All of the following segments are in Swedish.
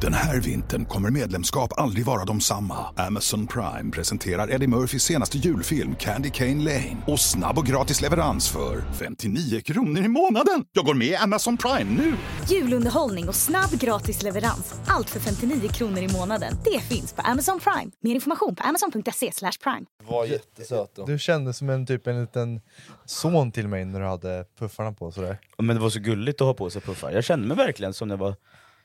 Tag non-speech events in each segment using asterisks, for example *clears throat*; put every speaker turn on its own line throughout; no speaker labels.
Den här vintern kommer medlemskap aldrig vara de samma. Amazon Prime presenterar Eddie Murphys senaste julfilm Candy Cane Lane. Och snabb och gratis leverans för 59 kronor i månaden. Jag går med i Amazon Prime nu!
Julunderhållning och snabb gratis leverans. Allt för 59 kronor i månaden. Det finns på Amazon Prime. Mer information på amazon.se slash prime.
Var jättesöt då.
Du kände som en, typ, en liten son till mig när du hade puffarna på sådär.
Men det var så gulligt att ha på sig puffar. Jag kände mig verkligen som när jag var,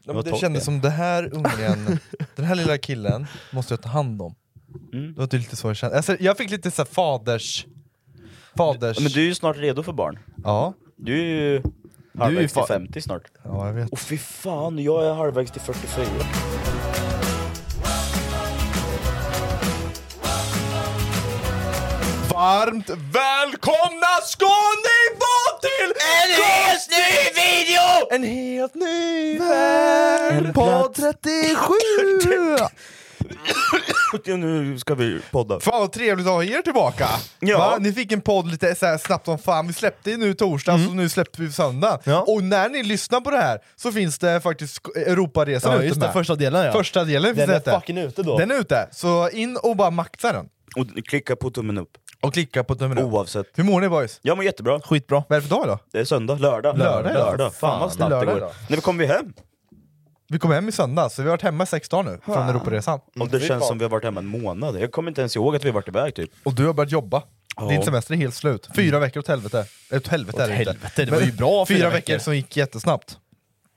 Ja, men
var
det
tolv
kändes som
igen.
det här ungen, den här lilla killen måste jag ta hand om.
Mm.
Det var typ lite så jag kände. Alltså, jag fick lite så här faders... Faders...
Ja, Men du är ju snart redo för barn.
Ja.
Du är ju halvvägs
fa-
till 50 snart.
ja, jag vet.
Och fy fan, jag är halvvägs till 44.
Varmt välkomna Skånebo till en helt ny video! En helt ny värld på 37!
*laughs*
*laughs*
Ja, nu ska vi podda.
Fan vad trevligt att ha er tillbaka!
Ja.
Va? Ni fick en podd lite så här snabbt som fan, vi släppte ju nu torsdag så nu släppte vi på söndag.
Mm. Ja.
Och när ni lyssnar på det här så finns det faktiskt Sk- Europaresan
Ja,
ute
just
med.
den första delen ja.
Första delen finns
den
det
är
ute.
fucking ute då.
Den är ute, så in och bara maxa den.
Och klicka på tummen upp.
Och klicka på tummen upp.
Oavsett.
Hur mår ni boys?
Jag mår jättebra.
Skitbra. Vad är det för dag idag?
Det är söndag, lördag.
Lördag idag.
lördag. Fan vad
det
snabbt
är
det
lördag
går. Mm.
idag.
När vi kom vi hem?
Vi kom hem i söndags, så vi har varit hemma i sex dagar nu
Ah.
från Europaresan.
Och det
fy
känns
fan.
som vi har varit hemma en månad. Jag kommer inte ens ihåg att vi varit iväg typ.
Och du har börjat jobba.
Ja.
Din semester är helt slut. Fyra veckor åt helvete. Ett helvete är det inte.
Mm. helvete, det
Men
var ju bra
Fyra,
fyra
veckor.
veckor.
som gick jättesnabbt.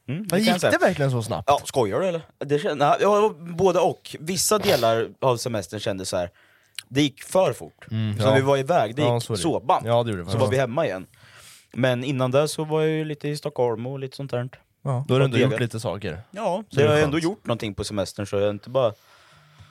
Mm,
Men
kan jag
gick
säga.
det verkligen så snabbt?
Ja, skojar du eller? Det kän- nej, ja, både och. Vissa delar av semestern kändes så här. det gick för fort. så
ja.
när vi var iväg, det gick
Mm, Ja, så är
så,
det.
bam!
Ja, det gjorde det
så var vi hemma igen. Men innan det så var jag ju lite i Stockholm och lite sånt där.
Då har du ändå
Och
gjort
TV.
lite saker.
Ja, så
det är
jag har
skönt.
ändå gjort någonting på semestern så jag är inte bara...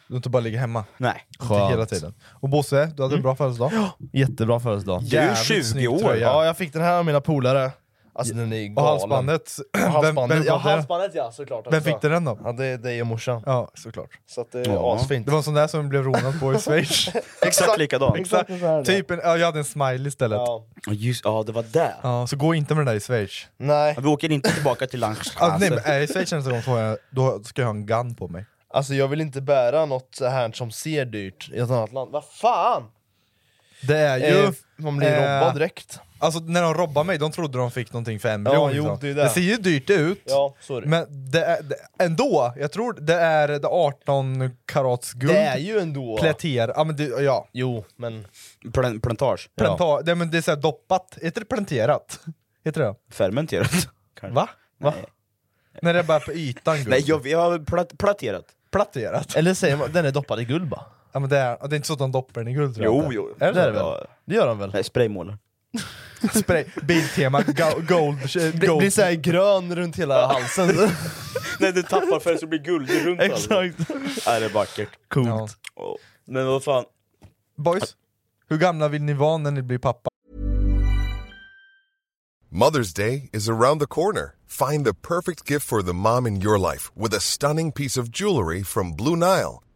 Du inte bara ligga hemma.
Nej.
Inte hela tiden. Och Bosse, du hade en
Mm.
bra födelsedag.
Jättebra födelsedag.
Du är
Jävligt
ju 20
snygg
år!
tröja.
Ja.
Ja, jag fick den här av mina polare. Alltså den är galen.
Och halsbandet.
Och
Vem,
halsbandet.
vem,
ja,
hade det?
halsbandet ja, såklart.
vem
också.
fick du den då?
Ja, det är dig och morsan.
Ja, såklart.
Så att det är
Ja.
asfint.
Det var en sån där som blev rånad på i
*laughs*
Schweiz.
Exakt likadant.
Exakt så här,
typ en, ja, jag hade en smile istället. Ja.
Ja.
Ja, Just, ja, det var det.
så gå inte med den där i Schweiz.
Nej,
Ja, Vi åker inte tillbaka till Lanchstrasse.
Alltså.
Ja, nej, men, är jag i Schweiz nästa gång får jag, då ska jag ha en gun på mig.
alltså jag vill inte bära något så här som ser dyrt i ett annat land. Vad fan!
Det är ju...
Eh, man blir
eh,
robbad direkt.
Alltså när de robbade mig, de trodde de fick någonting för en
Ja,
miljon.
jo,
liksom.
det är
det,
det.
ser ju dyrt ut,
Ja, sorry.
men det är, det, ändå, jag tror det är det 18 karats guld.
det är ju ändå...
Pläter, ja men det, ja.
Jo, men...
Plen- plantage.
Planta, det, men det är såhär doppat, heter det planterat? Heter det
Fermenterat. Kanske.
Va? Va?
Nej.
När det är bara på ytan guld?
Nej, jag, jag har plat- platerat.
Platerat?
Eller säger man, den är doppad i guld bara.
Ja men det är, det är inte så att de doppar den i guld tror jag
Jo,
inte.
jo.
Är det det väl?
Ja.
Det gör den väl?
Nej, spraymålar.
Spray, Biltema, go, gold,
Det
*laughs*
gold.
blir såhär grön runt hela halsen.
Nej, det tappar färg så blir guld runt Nej, det är vackert.
Coolt.
Ja.
Åh. Men vad fan.
Boys, hur gamla vill ni vara när ni blir pappa?
Mother's Day is around the corner. Find the perfect gift for the mom in your life with a stunning piece of jewelry from Blue Nile.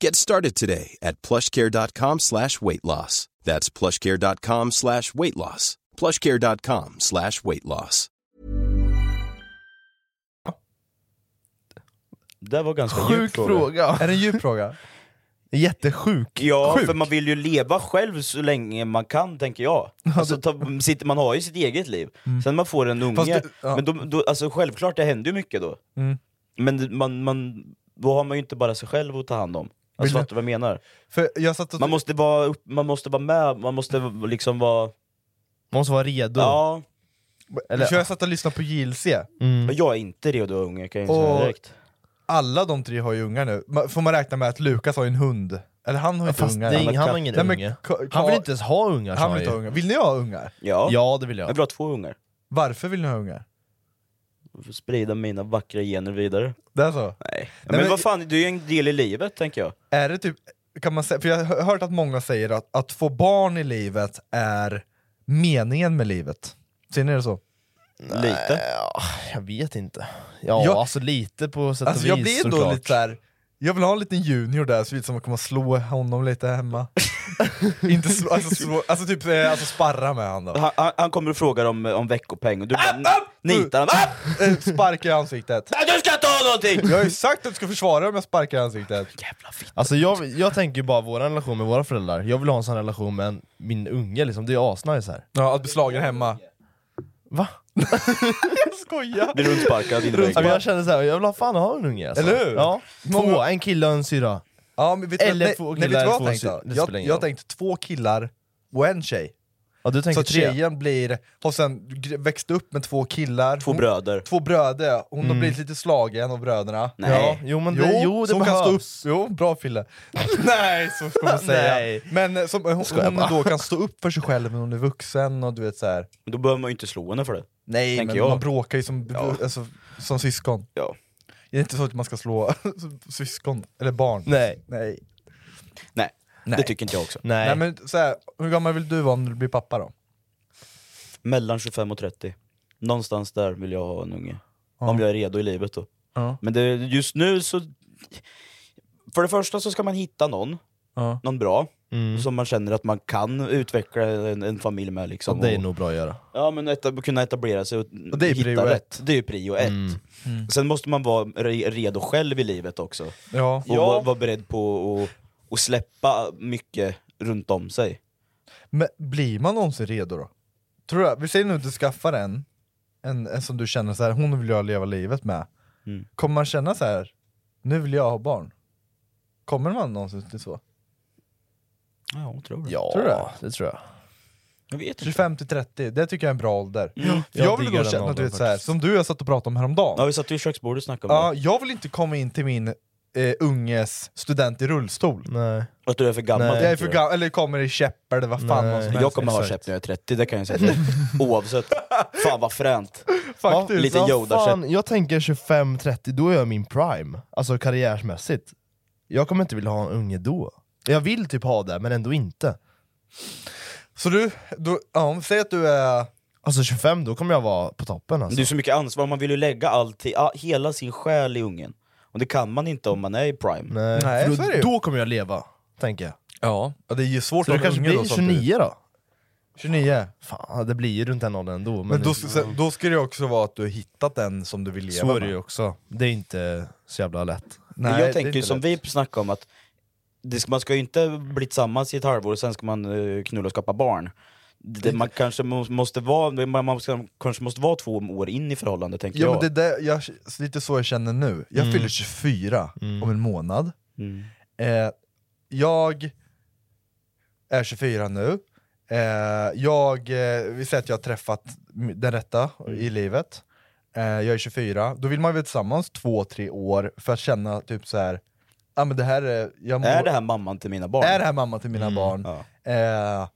Get started today at plushcare.com slash weight loss. That's plushcare.com slash weight loss. plushcare.com slash weight loss.
Det var ganska djup
Sjuk
fråga.
fråga.
Är det en djup fråga?
Jättesjuk.
Ja,
Sjukt.
för man vill ju leva själv så länge man kan, tänker jag. Alltså, ta, sitter, man har ju sitt eget liv. Sen man får en unge,
Mm. Fast det- ja.
men då, då, alltså, självklart det händer ju mycket då.
Mm.
Men det- man, man, då har man ju inte bara sig själv att ta hand om.
Vill
Alltså,
du-
fattar du vad jag menar?
För jag satt och...
Man måste, vara upp, man måste vara med, man måste liksom vara...
Man måste vara redo.
Ja,
eller... Jag satt och lyssnade på JLC. Mm.
men jag är inte redo att unge kan jag ju
Och-
säga direkt.
Alla de tre har ju ungar nu. Ma- Får man räkna med att Lukas har ju en hund? Eller han har ju inte
Fast det
ungar.
är ing- han har ingen
Nej, men
unge.
Ka-
Han vill
Ka-
inte ens ha ungar sa
Han vill inte ha
ju.
ungar. Vill ni ha ungar?
Ja.
Ja det vill
jag
jag.
vill ha två ungar.
Varför vill ni ha ungar?
För att Sprida mina vackra gener vidare.
Det är så?
Nej. men,
Nej, men-
vad fan, det är ju en del i livet tänker jag.
Är det typ, kan man säga, för jag har hört att många säger att att få barn i livet är meningen med livet. Ser ni det så?
Lite.
Ja, jag vet inte. Ja
Jag-
alltså lite på sätt
Alltså
och
jag
vis
blir ändå
såklart.
lite såhär, jag vill ha en liten junior där så lite som att komma slå honom lite
*laughs*
hemma. Inte slå, alltså, slå, alltså typ eh, alltså sparra med honom.
Han, han, han kommer och frågar om, om veckopeng och du bara nitar han. Ah!
Eh, Sparka i ansiktet.
Nej, Du ska ta någonting!
Jag har ju sagt att du ska försvara dig om jag sparkar i ansiktet.
Jävla fitta.
Alltså jag, jag tänker ju bara vår relation med våra föräldrar, jag vill ha en sån relation med en, min unge liksom, det är asnice här.
Ja, att bli slagen hemma.
Va?
Skoja!
Blir rundsparkad
Ja, men
inomhus.
jag känner såhär, jag vill ha fan ha en unge alltså.
Eller hur?
Ja. Två,
Många-
en kille och en syra.
Ja, men vet du vad-
Eller
nej,
två
nej, vet
killar,
du vad
två
jag tänkte?
sy- det spelar
Jag,
ingen
jag
roll.
tänkte två killar och en tjej.
Ja du tänker
Så
tre?
tjejen blir, har sen gr- växt upp med två killar,
Två
hon,
bröder.
två bröder, hon har blivit lite slagen av bröderna.
Nej.
Mm. Jo men det, jo, det
så hon
behövs.
kan stå upp, jo, bra
*laughs*
Fille. Nej, så ska *laughs* man säga.
Nej.
Men eh, som, eh, hon, hon då kan stå upp för sig själv när hon är vuxen och du vet så här.
Men Då behöver man ju inte slå henne för det.
Nej,
Tänker
men
jag.
man bråkar ju som,
Ja.
alltså, som syskon.
Ja.
Det är inte så att man ska slå *laughs* syskon, eller barn.
Nej.
Nej.
Nej.
Nej.
det tycker inte jag också.
Nej.
Nej men så här, hur gammal vill du vara när du blir pappa då?
Mellan 25 och 30. Någonstans där vill jag ha en unge. Om jag är redo i livet då.
Ja.
Men det, just nu så... För det första så ska man hitta någon,
Ja.
någon bra, som man känner att man kan utveckla en, en familj med. Liksom,
Det är
Och-
nog bra att göra.
Ja men etab- kunna etablera sig och,
Och det är ju
hitta
prio
rätt.
ett. Mm.
Det är ju prio ett. Sen måste man vara re- redo själv i livet också. Och
Ja.
vara, vara beredd på att- att släppa mycket runt om sig.
Men blir man någonsin redo då? Tror jag, vi säger nu att du skaffar en, en, en som du känner så här, hon vill jag leva livet med.
Mm.
Kommer man känna så här, nu vill jag ha barn? Kommer man någonsin till så?
Ja, jag tror det.
Ja,
Tror du det?
det tror jag.
Jag vet inte.
25 till 30, det tycker jag är en bra ålder.
jag
jag vill
diggar
då
den
känna, du
åldern
vet, så här,
faktiskt.
som du och jag satt och pratade om häromdagen.
Ja, vi satt ju i köksbordet och snackade om
Ja, jag vill inte komma in till min eh, unges student i rullstol.
Nej.
det. Att du är för gammal.
Nej,
Jag är
tänker
för
du.
gammal, eller kommer i käpp eller vad fan
Nej.
vad som
Jag
helst.
kommer ha käpp när jag är 30, det kan jag
*laughs*
säga till dig. Oavsett. Fan vad fränt.
Faktiskt.
lite
Vad
Yoda-käpp.
fan, Jag tänker 25-30, då är jag min prime. Alltså karriärsmässigt. Jag kommer inte vilja ha en unge då. Jag vill typ ha det, men ändå inte.
Så du, du ja, säg att du är...
Alltså 25, då kommer jag vara på toppen alltså.
Det är så mycket ansvar, man vill ju lägga allt, i- ah, hela sin själ i ungen. Och det kan man inte om man är i prime.
Nej,
Nej,
Eh, för
så
då,
är det ju.
då kommer jag leva, tänker jag.
Ja, det är ju svårt
Så det
att vara
kanske
unge
blir
då, samtidigt.
29 då?
29.
Fan, det blir ju runt den åldern ändå. Men,
Men då, ska- då ska det ju också vara att du har hittat den som du vill leva
så är det
med.
ju också. Det är inte så jävla lätt.
Nej, det
jag
är
tänker ju
inte
som
lätt.
vi snackade om att det ska, man ska ju inte bli tillsammans i ett halvår och sen ska man eh, knulla och skapa barn. Det, man kanske må- måste vara, man man ska, kanske måste vara två år in i förhållandet tänker
Ja, men
jag.
det är där, jag, lite så jag känner nu. Jag fyller 24 om en månad.
Mm.
Eh, jag är 24 nu. Eh, jag, eh, vi säger att jag har träffat m- den rätta i
Mm.
livet. Eh, jag är 24. Då vill man ju vara tillsammans två, tre år för att känna typ så här. Ah, men det här är, jag mår-
Är det här mamman till mina barn? Mm.
är det här mamma till mina barn?
Ja.
Eh,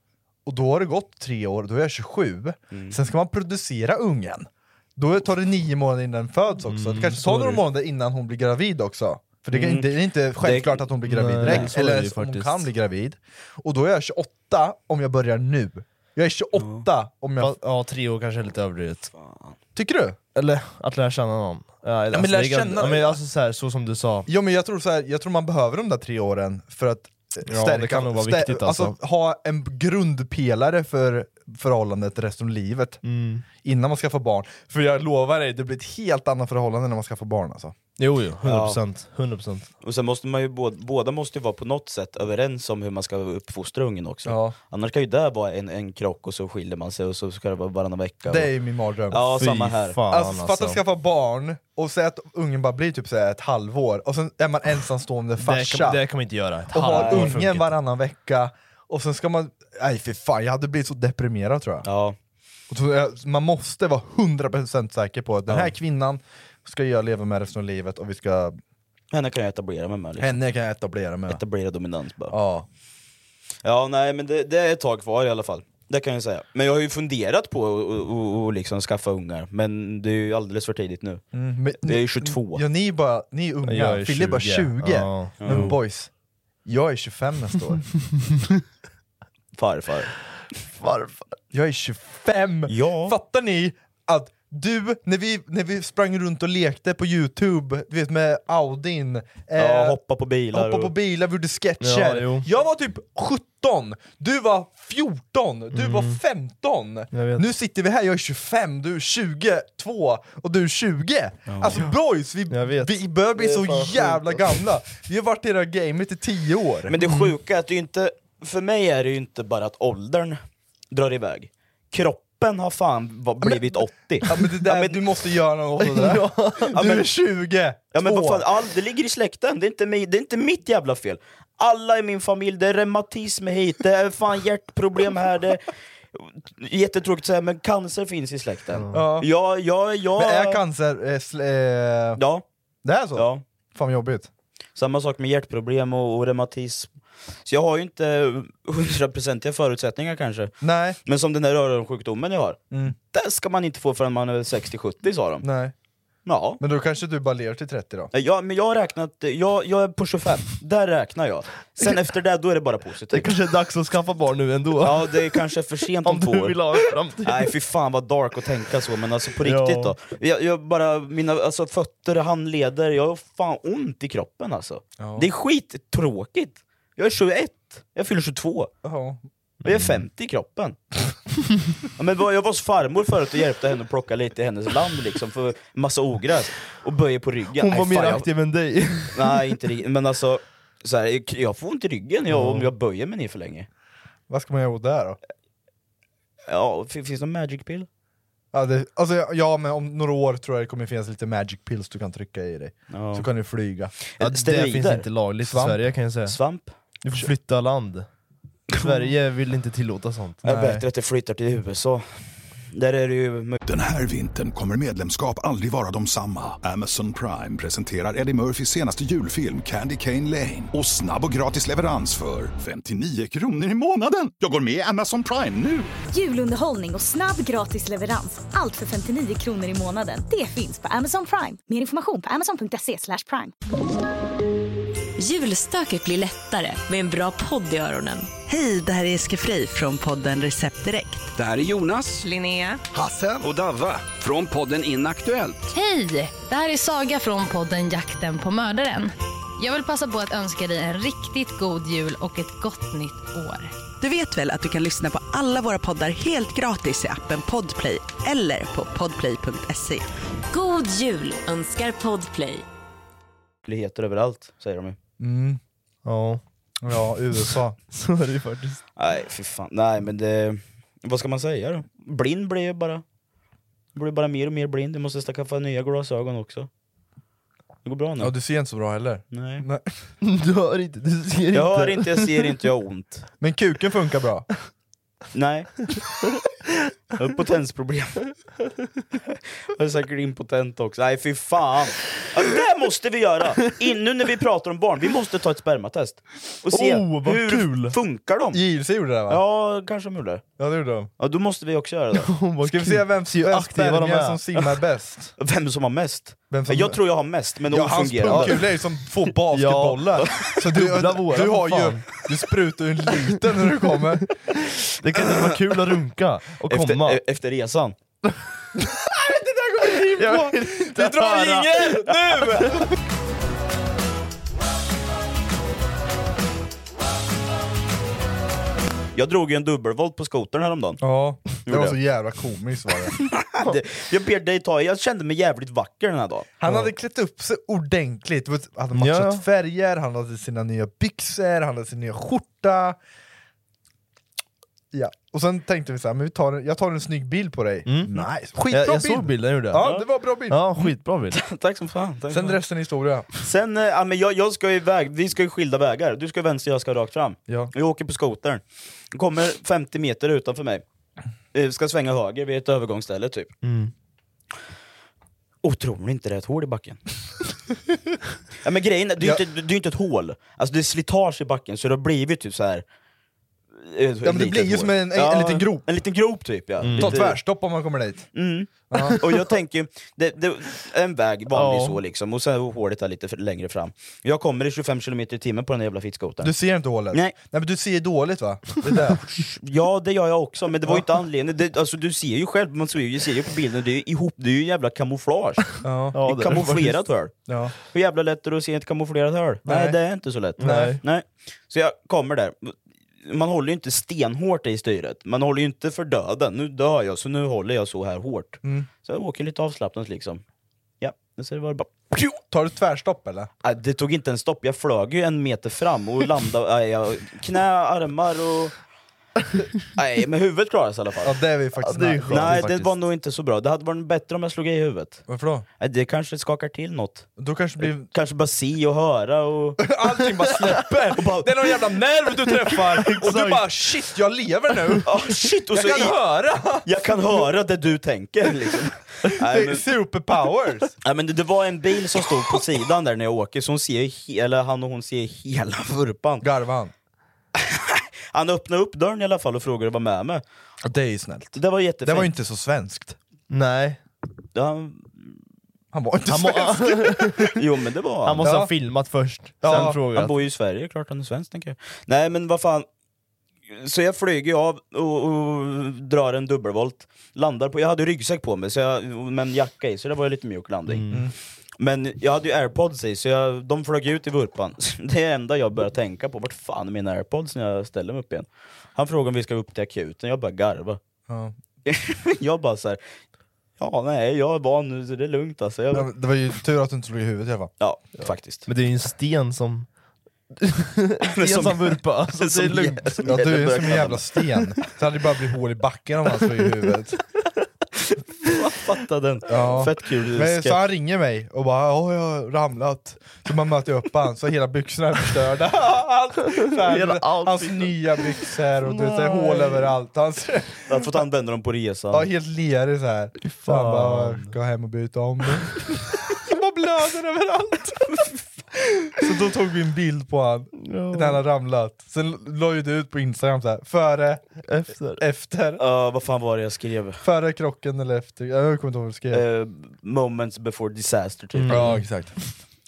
och då har det gått tre år, då är jag 27.
Mm.
Sen ska man producera ungen. Då tar det nio månader innan den föds också.
Mm,
det kanske tar några månader innan hon blir gravid också. För det, kan inte, det är inte självklart att hon blir gravid
Nej,
direkt,
så är det ju
eller om hon
faktiskt.
kan bli gravid. Och då är jag 28 om jag börjar nu. Jag är 28 om jag...
Fast, ja, tre år kanske är lite överdrivet.
Tycker du?
Eller att lära känna någon. Ja, alltså,
men lära
det är gan-
känna-
ja, men alltså så, här, så som du sa,
Ja, men jag, tror så här, jag tror man behöver de där tre åren för att eh,
Ja, det kan nog vara
stä-
viktigt, alltså.
ha en grundpelare för förhållandet resten av
Mm.
livet innan man skaffar barn. För jag lovar dig, det blir ett helt annat förhållande när man skaffar barn. Alltså.
Jo, jo, 100%. 100%.
Och sen måste man ju, båda, båda måste ju vara på något sätt överens om hur man ska uppfostra ungen också.
Ja.
Annars kan ju det vara en, en krock och så skiljer man sig och så ska det vara varannan vecka.
Det är ju min mardröm.
Ja,
Fy
samma här.
Fan,
Alltså,
alltså,
Fatta att skaffa barn och säga att ungen bara blir typ så här ett halvår, och sen är man ensamstående
det,
farsa
kan, det kan man inte göra. Ett
och har
halvår funkar
ungen
inte.
varannan vecka, och sen ska man... Nej för fan, jag hade blivit så deprimerad tror jag.
Ja.
Och så, eh, Man måste vara 100% säker på att den här kvinnan ska jag leva med resten av livet och vi ska...
Henne kan jag etablera mig med. Liksom.
Henne kan jag etablera med.
Etablera dominans bara.
Ja.
Ja, nej men det, det är ett tag kvar i alla fall. Det kan jag säga. Men jag har ju funderat på att och, och, och liksom skaffa ungar, men det är ju alldeles för tidigt nu.
Mm, men,
Det är ju 22.
Ja, ni är bara, ni är unga,
Jag är
Fille är bara
20.
20.
Ja.
Men boys, jag är 25 nästa år.
Farfar.
Varför? Jag är 25!
Ja.
Fattar ni att du, när vi, när vi sprang runt och lekte på youtube, du vet med Audin,
Ja,
eh,
hoppa på bilar.
hoppa på
och-
bilar, vi gjorde
Ja,
sketcher.
jo.
jag var typ 17, du var 14, du var 15.
Mm. Jag vet.
Nu sitter vi här, jag är 25, du är 22 och du är 20. Alltså boys, vi,
Jag vet.
vi börjar bli så jävla gamla. Vi har varit i det här gamet i 10 år.
alltså. Men det sjuka är att det är inte, för mig är det ju inte bara att åldern drar iväg. Kroppen har fan va- blivit 80.
Ja men det där,
Ja, men-
du måste göra något åt det
*laughs*
där. Du
men-
är 20!
Ja men vad
Två.
fan, all, det ligger i släkten, det är, inte mig, det är inte mitt jävla fel. Alla i min familj, det är reumatism hit, det är fan hjärtproblem här, det är jättetråkigt att säga men cancer finns i släkten.
Ja.
Ja, ja, ja.
Men är cancer... Eh, sl- eh,
Ja,
Det är så?
ja.
Fan vad jobbigt.
Samma sak med hjärtproblem och, och reumatism. Så jag har ju inte hundraprocentiga förutsättningar kanske.
Nej,
Men som den där öronsjukdomen jag har,
Mm.
det ska man inte få förrän man är 60-70 sa de.
nej.
Ja.
Men då kanske du bara lever till 30 då?
Nej, Jag, men jag har räknat, jag, jag är på 25, där räknar jag.
*laughs*
Sen efter det, då är det bara
Det
positivt.
kanske är dags att skaffa barn nu ändå.
Ja, det är kanske för sent
*laughs*
om,
Om
två
du
år.
vill ha en framtid.
Nej fy fan vad dark att tänka så, men alltså på
Ja.
riktigt då. Jag, jag bara, mina alltså, fötter, handleder, jag har fan ont i kroppen alltså. Det är skittråkigt. Jag är 21, jag fyller 22,
Ja.
jag
Mm.
är 50 i kroppen. *laughs* ja, men vad- jag var hos farmor förut och hjälpte henne att plocka lite i hennes land liksom, för massa ogräs, och böjer på ryggen.
Hon
Nej,
var mer
fan, jag-
aktiv än dig.
Nej, inte riktigt. Men alltså, så här, jag- jag får ont i ryggen jag, om jag böjer mig ner för länge.
Vad ska man göra åt det här då?
Ja, fin- finns det någon magic pill?
Ja, det, alltså, ja men om några år tror jag det kommer finnas lite magic pills du kan trycka i dig.
Ja.
Så kan du flyga.
Eh,
det finns
Steroider?
inte lagligt i
Svamp.
Sverige kan jag säga.
Svamp?
Du får flytta land. Sverige vill inte tillåta sånt.
Det är bättre att det flyttar till USA. Där är det ju...
Den här vintern kommer medlemskap aldrig vara de samma. Amazon Prime presenterar Eddie Murphys senaste julfilm Candy Cane Lane. Och snabb och gratis leverans för 59 kronor i månaden. Jag går med i Amazon Prime nu!
Julunderhållning och snabb gratis leverans. Allt för 59 kronor i månaden. Det finns på Amazon Prime. Mer information på amazon.se slash prime.
Julstöket blir lättare med en bra podd i öronen.
Hej, det här är Eske Fri från podden Recept Direkt.
Det här är Jonas,
Linnea.
Hasse och Davva från podden Inaktuellt.
Hej! Det här är Saga från podden Jakten på mördaren. Jag vill passa på att önska dig en riktigt god jul och ett gott nytt år.
Du vet väl att du kan lyssna på alla våra poddar helt gratis i appen Podplay eller på podplay.se.
God jul önskar Podplay.
möjligheter överallt, säger de ju.
Mm.
Ja,
Ja, USA.
*laughs* så är det ju faktiskt.
Nej, fy fan. Nej, men det... Vad ska man säga då? Blind blir ju bara... Blir bara mer och mer blind. Du måste skaffa nya glasögon också. Det går bra nu.
Ja, du ser inte så bra heller.
Nej.
Nej.
*laughs* Du hör inte, du ser inte.
Jag hör inte, jag ser inte, jag har ont.
Men kuken funkar
*laughs*
bra.
Nej. Jag har Potensproblem. Jag är säkert impotent också. Nej fy fan. Ja, det måste vi göra! In, nu när vi pratar om barn, vi måste ta ett spermatest. Och se
Oh, vad
hur
kul.
funkar de?
JLC gjorde det va?
Ja, kanske de gjorde det.
ja det gjorde de.
Ja, då måste vi också göra det.
Hon bara,
Ska vi
"Gud,
se vem,
ser ju
vem
aktiva de
spermier
är.
som simmar bäst?
Vem som har mest?
Vem som-
Jag tror jag har mest, men
Ja,
hon
hans
fungerar.
pungkula är ju som
*laughs*
två basketbollar. Så du,
Dubbla våra,
du,
vad
har ju,
fan.
du sprutar ju en liten när du kommer.
*laughs* Det kan inte vara kul att runka och komma.
Efter, e- efter resan.
Jag vill inte höra.
ingen! Nu! Jag drog ju en dubbelvolt på skotern häromdagen.
Ja, det
Gjorde
var
jag.
så jävla komiskt var det.
Det- Jag ber dig ta Jag kände mig jävligt vacker den här dagen.
Han hade klätt upp sig ordentligt, Du vet, han hade
Ja.
matchat färger, han hade sina nya byxor, han hade sin nya skjorta. Ja. Och sen tänkte vi så här, men vi tar en, jag tar en snygg bild på dig. Nice, skitbra
Mm. jag, jag
bild!
såg bilden jag gjorde.
Ja, det var bra bild.
Ja, skitbra bild.
Tack som fan. Tack
Sen resten är historia.
Sen, eh, ja, men jag, jag ska ju iväg, vi ska ju skilda vägar. Du ska vänster, jag ska rakt fram.
Ja.
Jag åker på skotern. Kommer 50 meter utanför mig. Eh, Ska svänga höger vid ett övergångsställe typ.
Mm.
Och tror ni inte det är ett hål
*laughs*
i backen? ja, men grejen är, det är ju inte, det är inte ett hål. Alltså det är slitage i backen så det har blivit typ så här. eh, ett
men det
litet
blir ju
hål.
som en- en- en liten grop. Mm.
En liten grop typ ja.
Ta
Lite-
tvärstopp om man kommer dit.
Mm. *laughs* och jag tänker, ju, det, det, en väg vanlig
Ja.
så liksom, och sen hålet är lite för, längre fram. Jag kommer i 25 km i timmen på den här jävla fittskotern.
Du ser inte hålet?
Nej.
men du ser dåligt va? Det där. *laughs*
Ja det gör jag också, men det var ju inte anledningen. Det, alltså, du ser ju själv, man ser ju, ser ju på bilden, det är ju ihop, det är ju jävla kamouflage.
*laughs* Ja.
Ja,
Ett
det är det
kamouflerat
faktiskt.
hål.
Ja.
Hur jävla lätt är det att se ett kamouflerat hål? Nej.
Nej.
det är inte så lätt.
Nej.
Nej. Så jag kommer där. Man håller ju inte stenhårt i styret, man håller ju inte för döden. Nu dör jag, så nu håller jag så här hårt.
Mm.
Så jag åker lite avslappnat liksom. Ja, så det var bara...
Tar du tvärstopp eller?
Nej, Äh, Det tog inte en stopp, jag flög ju en meter fram och landade, *laughs* nej, jag, knä, armar och... Nej, men huvudet klarades i alla fall.
Ja det är vi faktiskt nära.
Nej, det var nog inte så bra. Det hade varit bättre om jag slog i huvudet.
Varför då?
Nej, Det kanske skakar till något.
Då kanske blir...
Kanske bara se och höra och...
*laughs*
*laughs*
Allting bara släpper!
och bara,
Det är någon jävla nerv du *laughs* träffar, och du
Exakt.
bara shit jag lever nu!
"Ah, shit! Och
*laughs*
så
Jag kan *laughs*
i,
höra!
jag kan höra det du
*laughs*
tänker liksom. Nej, men,
Superpowers! *laughs*
nej, men det, det var en bil som stod på sidan där när jag åker, så hon ser ju he- eller han och hon ser hela *laughs* vurpan.
Garvan.
Han öppnade upp dörren i alla fall och frågade vad med mig.
Det är ju snällt.
Det var jättefint.
Det var ju inte så svenskt.
Nej.
Ja,
Han var inte
Han, må,
svensk.
jo men det var
han måste
Ja.
ha filmat först,
Ja,
sen frågat.
Han bor ju i Sverige, klart han är svensk tänker jag. Nej men vad fan. Så jag flyger ju av och, och drar en dubbelvolt. Landar på, jag hade ryggsäck på mig så jag, men jacka i, så det var ju lite mjuk landning.
Mm.
Men jag hade ju airpods i, så jag, de flög ut i vurpan. *laughs* Det är det enda jag börjar tänka på, vart fan är mina airpods när jag ställer mig upp igen? Han frågar om vi ska upp till akuten, jag börjar garva.
*laughs*
*laughs*
Ja.
jag bara så här. ja nej jag är van nu så det är lugnt alltså. Jag,
Men Det var ju tur att du inte slog i huvudet i alla fall.
ja, faktiskt.
Men det är ju en sten som... sten
som-
som, vurpa, alltså, det är lugnt.
Ja, du
börjar
är som en
kladda
jävla sten. Så hade det bara blivit hål i backen om han slog i
*laughs*
huvudet.
Fatta den.
Ja.
Fett kul
Men,
sketch.
så han ringer mig och bara åh jag har ramlat. Så man möter upp han så hela byxorna är förstörda. *laughs* Allt, så
Hela
här, hans
outfiten.
nya byxor och du vet, så här, hål överallt. Hans,
Jag har fått använda dem på resan.
ja, helt lerig såhär. Så han bara gå hem och byta om
*laughs*
dig. Han bara blöder överallt. *laughs* så då tog vi en bild på han när han hade ramlat. Sen la ju du ut på Instagram så här, före,
Efter.
efter.
Ja, vad fan var det jag skrev?
Före krocken eller efter? Jag kommer inte ihåg vad du skrev.
Eh, moments before disaster typ.
Mm. Ja
mm.
exakt.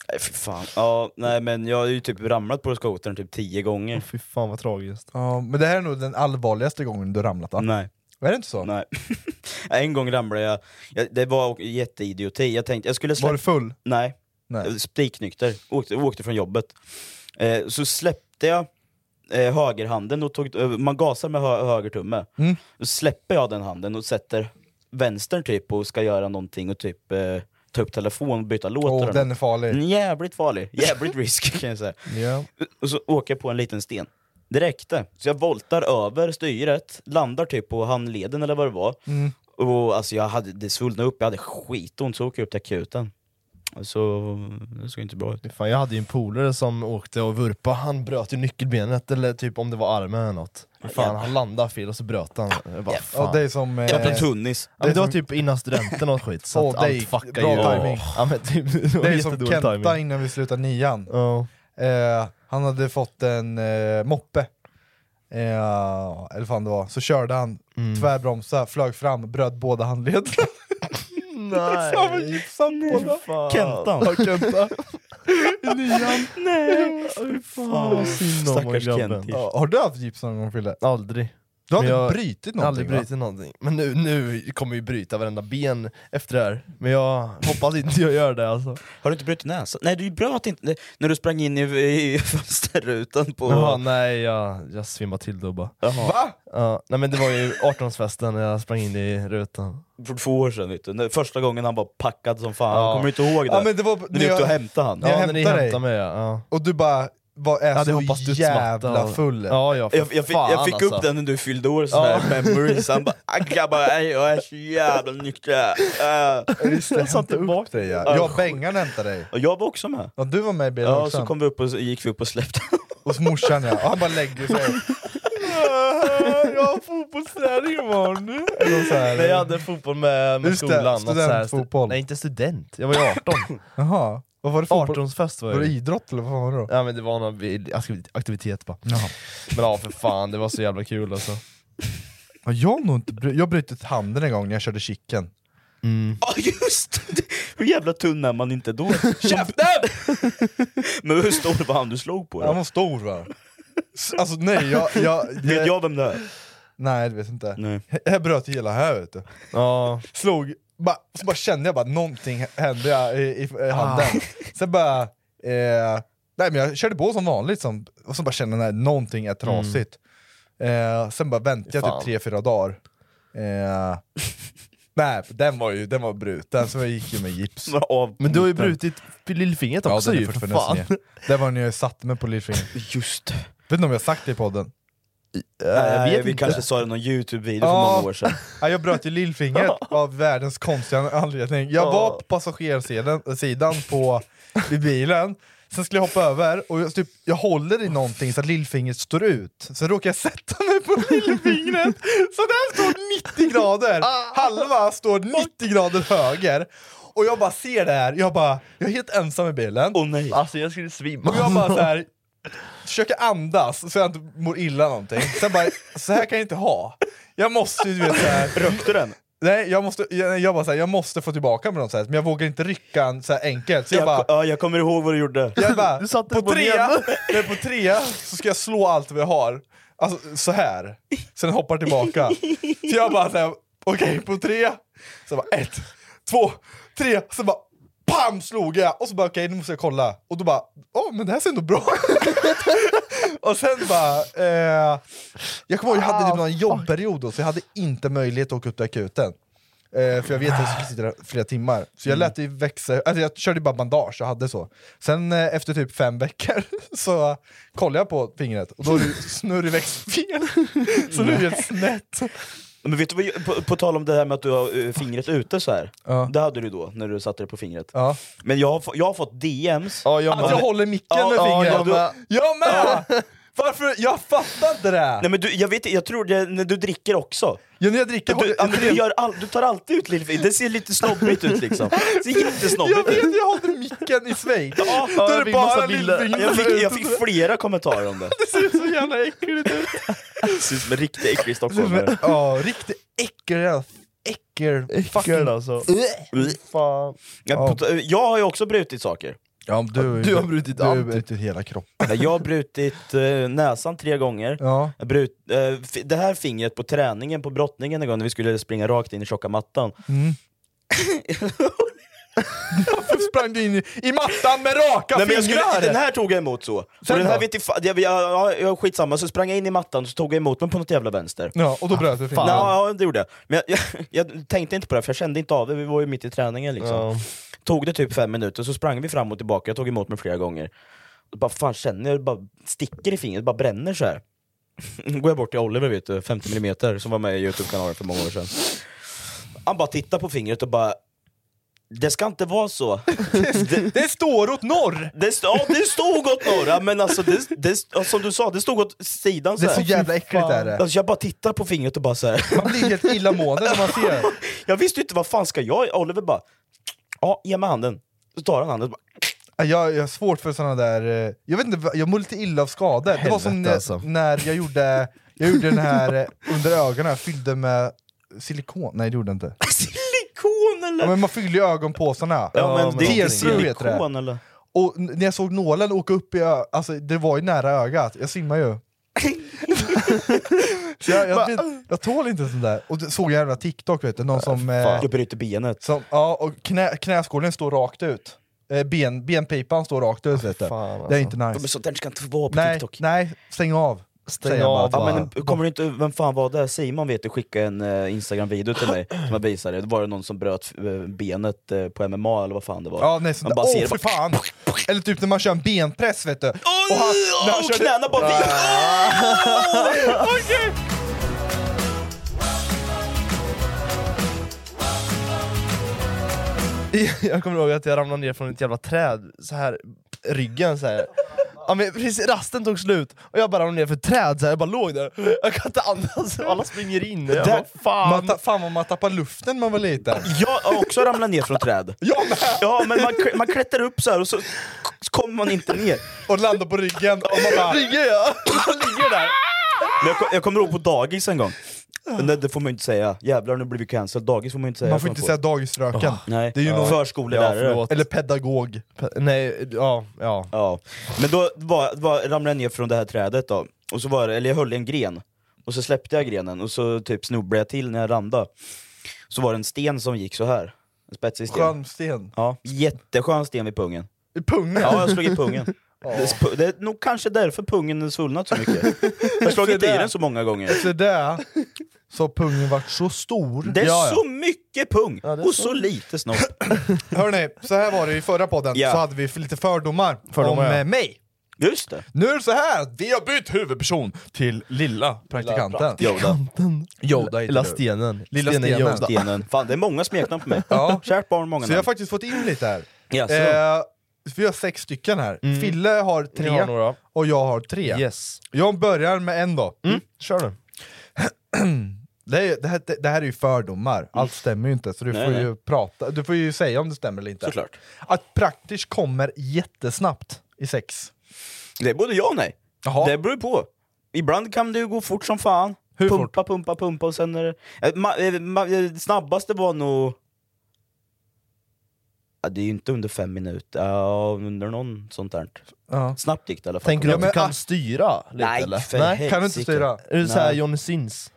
Nej fy fan. Ja, nej men jag har ju typ ramlat på skotern typ tio gånger.
Fy fan vad tragiskt.
Ja, men det här är nog den allvarligaste gången du ramlat va?
Nej.
Är det inte så?
Nej. *laughs* en gång ramlade jag, jag det var jätteidioti. Jag tänkte jag skulle
Var
släppa...
du full?
Nej.
Nej.
spiknykter, åkte, åkte från jobbet. Eh, så släppte jag eh, högerhanden, och tog, eh, man gasar med hö, höger tumme.
Mm.
Så släpper jag den handen och sätter vänstern typ och ska göra någonting och typ eh, ta upp telefon och byta låt.
Åh,
eller
den är farlig.
Mm.
något. Jävligt farlig, jävligt risk kan jag säga.
Ja.
Och så åker jag på en liten sten. Det räckte, så jag voltar över styret, landar typ på handleden eller vad det var.
Mm.
Och alltså jag hade, det svullnade upp, jag hade skitont så åker jag upp till akuten. Så det såg inte bra ut.
Fy Fan, jag hade ju en polare som åkte och vurpa, han bröt ju nyckelbenet eller typ om det var armen eller något. Fy Fan, han landade fel och så bröt han. Jag bara, fan.
Ja, det är som... Eh,
Kapten Tunnis.
Ja, men det
Det
var
som-
typ innan studenten och skit, så
Åh,
att
det
allt
gick-
fuckade
bra
ju.
timing.
Ja, men typ, det var
det är som
jättedålig
Kenta
timing.
innan vi slutade nian.
Ja.
Eh, han hade fått en eh, moppe. Eh, eller fan det var. Så körde han,
Mm.
tvärbromsa, flög fram, bröt båda
*laughs*
handlederna.
Nej.
Han var gipsad båda.
Kentan.
Ja, Kenta.
Nian.
Fy Fan vad synd om
Stackars
grabben.
Kenti.
Ja, har du haft gips någon gång Fille?
Aldrig.
Du har
Men
inte
jag-
brutit
Jag har aldrig
någonting, va?
brutit någonting. Men nu, nu kommer jag ju bryta varenda ben efter det här. Men jag hoppas inte jag gör det alltså.
Har du inte brutit näsan? Nej, du bröt inte... När du sprang in i, i *laughs* fönsterrutan på...
Jaha, nej jag, jag svimmade till då bara.
Jaha. Va?
Ja, nej men det var ju 18-årsfesten när jag sprang in i rutan.
För två år sedan, vet du. När- Första gången han var packad som fan.
Ja.
Kommer du inte ihåg det?
Ja, men det var
när
när
vi
jag-
åkte och hämtade han.
när jag
Ja, när ni
hämtade dig.
hämtade mig ja. ja.
Och du bara var, är
Jag hade hoppats
så
du
jävla
smattade.
full.
Ja, ja, för
Jag, jag, fick,
fan,
jag fick upp
alltså.
den när du fyllde år, sån här memories. Han bara "Ah, “grabbar, ej, jag är så jävla nykter”. Äh.
Jag satte upp dig ja. Jag och Bengan hämtade dig.
Och jag var också med.
Ja, du var med i bilden
Ja,
också.
så kom vi upp och, så gick vi upp och släppte
Hos morsan ja. Och han bara lägger sig.
*laughs* jag har fotbollsträning imorgon.
Eller så här.
Nej, jag hade fotboll med, med
Just det,
skolan. något så här-
studentfotboll.
Nej inte student, jag var ju
*laughs*
18.
Jaha. Vad var det för
18-årsfest var
Var
jag
det
ju.
idrott eller vad var det då?
Ja men det var någon vid- aktivit- aktivitet bara. Men ja för fan, det var så jävla kul alltså.
Ja, Jag har nog inte bry- jag har brutit handen en gång när jag körde chicken.
Ja just det! Hur jävla tunn är man inte då? Käften! Men hur stor var han du slog på?
Han
Då?
var stor va? S- Alltså nej, jag... jag,
Vet jag vem det är?
Nej det vet jag inte.
Nej.
Jag bröt hela här vet du.
Ja,
Slog, bara, så bara kände jag bara någonting hände jag i, i, i handen. Sen bara... Eh, nej men jag körde på som vanligt, som, och så bara kände jag att någonting är trasigt. Eh, sen bara väntade jag
Fan.
typ tre fyra dagar. Eh, nej, den var ju den var bruten, så jag gick ju med gips.
Som var Av...
men du har ju brutit lillfingret
Ja,
också
den är
ju för
fortfarande
fan.
sned. Det var när jag satte mig på lillfingret.
Just det.
Vet ni om jag har sagt det i podden?
Nej,
vet
vi
inte.
kanske sa det i någon Youtube-video
Ja.
för många år sedan.
Ja, jag bröt ju lillfingret av världens konstiga anledning. Jag var
Ja.
på passagerarsidan sidan på, i bilen, sen skulle jag hoppa över och jag, typ, jag håller i någonting så att lillfingret står ut. Sen råkar jag sätta mig på lillfingret så den står 90 grader! Halva står 90 grader höger. Och jag bara ser det här, jag bara, jag är helt ensam i bilen.
Åh nej.
Alltså jag skulle
*laughs*
svimma.
Och jag bara så här försöker andas så jag inte mår illa någonting. Sen bara, så här kan jag inte ha. Jag måste ju du vet så här,
Rökte den?
nej jag måste, jag, jag bara så här, jag måste få tillbaka på något sätt, men jag vågar inte rycka en så här enkelt. Så jag
Jag,
bara,
ja, jag kommer ihåg vad du gjorde.
jag bara
Du satte
på
på den
trea,
igen.
*laughs* nej, på trea så ska jag slå allt vad jag har. Alltså så här. Sen hoppar tillbaka. Så jag bara så här, okej på tre, så bara ett, två, tre, så bara Pam slog jag! Och så bara okej nu måste jag kolla, och då bara åh men det här ser ändå bra ut. *laughs* Och sen bara, eh, jag kommer ihåg jag
Ah,
hade typ någon jobbperiod då, så jag hade inte möjlighet att åka upp till akuten. Eh, för jag vet att jag skulle sitta där flera timmar. Så jag lät det ju växa, alltså jag körde bara bandage, jag hade så. Sen eh, efter typ fem veckor *laughs* så kollade jag på fingret och då är det ju snurrig växt fel. *laughs* Så nu är det helt snett.
Men vet du vad, på, på tal om det här med att du har eh, fingret ute så här.
Ja.
Det hade du då, när du satte det på fingret.
Ja.
Men jag har, få- jag har fått DMs.
Ja, jag
Att jag
med.
håller micken
Ja,
med
ja,
fingret.
jag med.
Jag med! Varför? Jag fattar inte det!
Nej men du, jag vet inte, jag tror det, när du dricker också.
Ja, när jag dricker
Du,
håller
ja, men du,
jag,
gör all, du tar alltid ut lillfingret, det ser lite snobbigt ut liksom. Det ser
jag
jättesnobbigt ut.
vet, jag håller micken i sväng.
Ja,
Då
jag
är det
fick
bara
massa bilder.
lillfingret
Jag
som
fick,
är
jag
ute.
fick flera kommentarer om det.
Det ser ut så jävla äckligt ut.
Det ser ut som en riktig äcklig stockholmare.
Ja, riktigt äckel jävla äckel. Äh.
Äckel alltså. Fan.
Jag, jag har ju också brutit saker.
Ja, du,
Du har brutit
du har
allt.
brutit hela kroppen.
Nej, Jag har brutit eh, näsan tre gånger.
Ja.
Jag brut, eh, fi- det här fingret på träningen på brottningen en gång när vi skulle springa rakt in i tjocka mattan.
*laughs* Sprang du in i, i mattan med raka
Nej, men jag skulle,
fingrar!
den här tog jag emot så.
Sen
och den här
då?
vet jag, jag, jag, jag, skitsamma, så sprang jag in i mattan och så tog jag emot men på något jävla vänster.
Ja, och då bröt du fingret.
Ja, ja, det gjorde jag. Men jag, jag, jag tänkte inte på det, för jag kände inte av det, vi var ju mitt i träningen liksom.
Ja.
Tog det typ fem minuter, så sprang vi fram och tillbaka, jag tog emot mig flera gånger. Och bara fan känner jag, det bara sticker i fingret, bara bränner så här. *laughs* går jag bort till Oliver vet du, 50 mm som var med i Youtube-kanalen för många år sedan. Han bara tittar på fingret och bara det ska inte vara så. *laughs* Det,
Det står åt norr!
det, st- ja, det stod åt norra, men alltså det, det, ja, som du sa, det stod åt sidan så
Det är
här.
så jävla äckligt är det.
Alltså, jag bara tittar på fingret och bara så här. *laughs*
Man blir helt illamående när man ser.
Jag visste ju inte vad fan ska jag Oliver bara, ja ge mig handen. Så tar han handen och bara,
*laughs*
*laughs*
Ja, Jag, jag har svårt för såna där... eh, Jag vet inte, vad- jag mår lite illa av skador. Det var som
Helvete,
när,
alltså.
när jag gjorde, jag gjorde den här eh, under ögonen, jag fyllde med silikon. Nej det gjorde jag inte.
silikon eller?
Ja, men man fyller ju ögonpåsarna.
Ja men det är inte
Tearstrew heter det.
silikon eller? *laughs*
Och n- när jag såg nålen åka upp i ö- alltså det var ju nära ögat, jag svimmade ju. Så jag, jag, jag, jag tål inte sånt där. Och det- såg jag jävla TikTok, vet du,
Äh,
någon som... eh,
Jag bryter benet.
Som, ja, och knä, knäskålen står rakt ut. Eh, Ben, benpipan står rakt ut vet du.
alltså.
Det är inte nice.
Men sånt där ska inte vara på
nej,
TikTok.
nej, stäng av. Stäng
Ja, men kommer du inte, vem fan var det? Simon vet du, skickade en eh, instagram-video till mig som jag visade, då var det någon som bröt eh, benet eh, på MMA eller vad fan det var.
Ja, nästan.
Man bara
Åh,
ser det,
för
bara,
fan! Eller typ när man kör en benpress vet du. Oh, och han, när han
och
körde-
knäna bara vibrar.
Ah.
*laughs* Jag kommer ihåg att jag ramlade ner från ett jävla träd, så här ryggen så här. Ja, men precis, rasten tog slut och jag bara ramlade ner för ett träd, så här, jag bara låg där. Jag kan inte andas, alla springer in. Jag bara,
Man
fan.
ta, fan vad man tappar luften när man var liten.
Jag har också ramlat ner från träd.
*laughs* Jag med!
Ja, men man, kl- man klättrar upp så här och så kommer man inte ner.
Och landar på ryggen och man bara...
Ligger jag? Jag ligger där.
Men jag, kom, jag kommer ihåg på dagis en gång. Men Det, det får man ju inte säga. Jävlar, nu blir vi cancelled. Dagis får man ju inte säga.
Man får inte säga dagisröken.
Nej,
Det är ju någon-
förskolelärare.
Ja, förlåt.
Eller pedagog.
Pe- Nej, ja, ja.
Ja, men då var, var, ramlade jag ner från det här trädet då, och så var det, eller jag höll i en gren, och så släppte jag grenen och så typ snubblade jag till när jag ramlade. Så var det en sten som gick så här. En spetsig sten.
Skönsten.
Ja, jätteskön sten vid pungen.
I pungen.
Ja, jag slog i pungen. Det, sp- det är nog kanske därför pungen har svullnat så mycket. Jag har slagit i
där.
den så många gånger.
Efter det så har pungen varit så stor.
Det är
Ja, ja.
så mycket pung
det är
och
så.
så lite snopp.
Hörni, så här var det i förra podden,
Ja.
så hade vi lite fördomar,
Fördomar,
om
ja.
eh, mig.
Just det.
Nu är det så här att vi har bytt huvudperson till lilla praktikanten.
Yoda.
Yoda heter
Lilla
du.
stenen.
Lilla
stenen,
stenen.
Yoda.
Stenen. Fan, det är många smeknamn på mig.
Ja.
Kärt barn, många
Så jag har
namn.
faktiskt fått in lite här.
Jaså.
Eh, vi har sex stycken här.
Mm.
Fille har tre
Jag har några.
och jag har tre.
Yes.
Jag börjar med en då.
Mm.
Kör nu.
*clears throat* Det, är, det, här, det här är ju fördomar, allt stämmer ju inte så du
Mm. Nej,
får
nej.
ju prata, du får ju säga om det stämmer eller inte.
Såklart.
Att praktiskt kommer jättesnabbt i sex.
Det är både ja och nej.
Jaha.
Det beror ju på. Ibland kan det ju gå fort som fan.
Hur
pumpa, pumpa, pumpa och sen är det... Eh, Ma, eh, ma, eh, snabbaste var nog... Ja, det är ju inte under fem minuter, ja, under någon sånt där.
Ja.
Snabbt gick det i alla fall.
Tänker du
Ja,
att
men,
du kan
ah.
styra lite
Nej,
eller?
för
Kan
Nej.
du inte
Helsike.
styra?
Är du såhär
Nej.
Johnny Sins?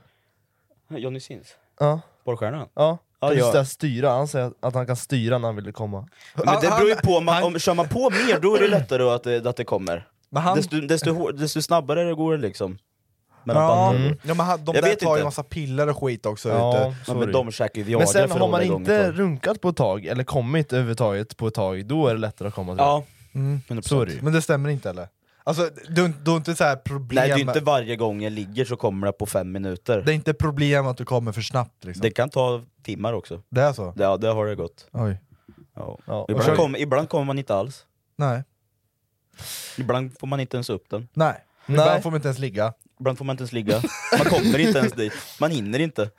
Johnny Sins?
Ja.
Porrstjärnan?
Ja.
Ja,
Just
ja.
det, styra. Han säger att- att han kan styra när han vill komma.
Men det
Han-
beror ju på, om man,
han-
om, kör man på mer då är det lättare att det, att det kommer.
Men han,
Desto, desto, hår, desto snabbare det går liksom. Mellan
ja,
Mm.
banden.
ja, men han, de
Mm. Jag
där
vet
tar ju
inte.
massa piller och skit också
Ja,
ute.
Ja,
sorry.
men de käkar ju Viagra
Men sen
för att
har man
hålla igång ett
inte
tag.
runkat på ett tag, eller kommit överhuvudtaget på ett tag, då är det lättare att komma till.
Ja,
Mm.
100%.
Sorry.
Men det stämmer inte eller? Alltså, du, du har inte så här problem...
Nej, det är ju inte varje gång jag ligger så kommer det på fem minuter.
det
Det,
är inte problem att du kommer för snabbt liksom? Det,
kan ta timmar också.
är så?
Ja, det har det gått.
Oj.
Ja.
Ja, och
Ibland,
kör-
kommer- ibland kommer man inte alls.
Nej.
Ibland får man inte ens upp den.
Nej.
Nej.
Ibland får man inte ens ligga.
Ibland får man inte ens ligga. Man kommer inte ens dit. Man
*laughs*
hinner inte.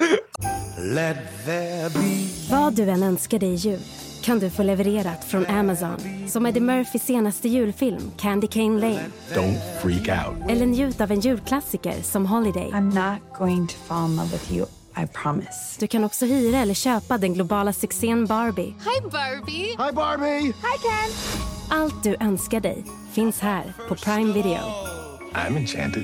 Vad du än önskar dig i jul kan du få levererat från Amazon. Som Eddie Murphys senaste julfilm Candy Cane Lane.
Don't freak out.
Eller njut av en julklassiker som Holiday.
I'm not going to fall in love with you, I promise.
Du kan också hyra eller köpa den globala succén Barbie.
Hi Barbie!
Allt du önskar dig finns här på Prime Video.
I'm enchanted.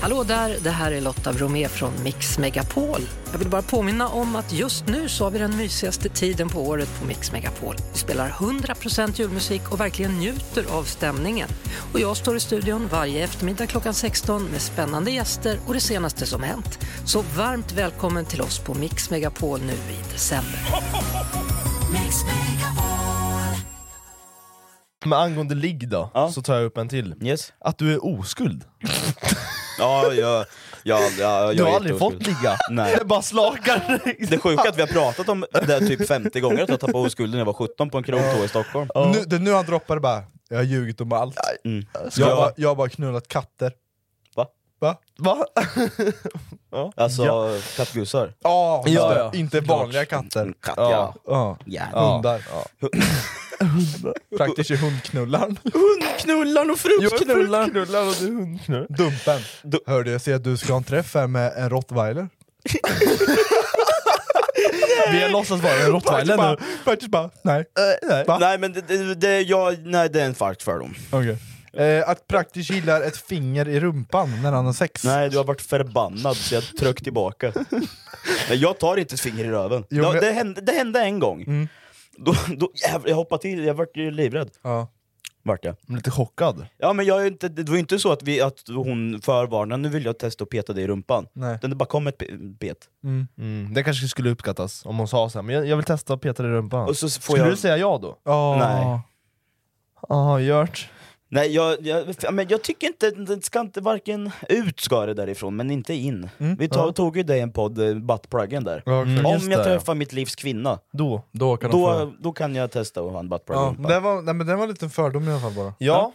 Hallå där, det här är Lotta Bromé från Mix Megapol. Jag vill bara påminna om att just nu så har vi den mysigaste tiden på året på Mix Megapol. Vi spelar 100% julmusik och verkligen njuter av stämningen. Och jag står i studion varje eftermiddag klockan 16 med spännande gäster och det senaste som hänt. Så varmt välkommen till oss på Mix Megapol nu i december.
Men angående ligg då, så tar jag upp en till. Att du är oskuld.
Ja, jag, ja, ja, jag
du har
är
aldrig
jätteoskuld.
fått ligga.
Nej.
Det bara slakar.
Det sjuka är att vi har pratat om det typ 50 gånger, att jag tappade oskulden när jag var 17 på en krog då i Stockholm.
Nu, det är nu han droppar det bara, jag har ljugit om allt.
Mm.
Jag,
jag-
har bara, jag har bara knullat katter.
Va?
Va? Va?
Alltså,
Ja.
kattgusar.
Ja,
Ja,
just det.
ja.
inte
Klart.
vanliga katter.
Katt, ja.
Ja.
Ja.
Hundar. *laughs* Praktiskt i hundknullaren.
Hundknullaren och
Fruktknullaren.
Fruktknullaren och du hundknull.
Dumpen. Hörde jag säga att du ska ha en träff här med en rottweiler?
Vi har låtsas vara en rottweiler nu.
Faktiskt bara, nej.
nej. nej men det, det, det, jag, nej, det är en falsk fördom.
Okej. Eh, att praktiskt gillar ett finger i rumpan när han har sex.
Nej, du har varit förbannad så jag tryckte tillbaka. *laughs* Nej, jag tar inte ett finger i röven.
Jo,
det,
men-
det, hände, det hände en gång. Då, då, jävlar, jag hoppade till, jag vart ju livrädd.
Ja.
Vart jag.
Lite chockad.
Ja men jag är inte, det var ju inte så att, vi, att hon förvarnade, nu vill jag testa att peta dig i rumpan.
Nej.
Utan det bara kom ett pe- bet.
Mm. Det kanske skulle uppskattas om hon sa så här, men jag, jag vill testa att peta dig i rumpan.
Och så får
skulle
jag-
du säga ja då?
Nej.
Ah, Gört.
Nej jag, jag, ja, men jag tycker inte, det ska inte varken ut ska det därifrån men inte in. Vi tog,
ja.
tog ju dig en podd, eh, buttpluggen där.
Mm, Ja, exakt. Mm,
Om
just
jag
det, ja.
träffar mitt livs kvinna,
Då,
då kan de få-
då, då kan jag testa att ha en buttplug i
Ja,
rumpan.
det var, nej, men det var en liten fördom i alla fall bara.
Ja.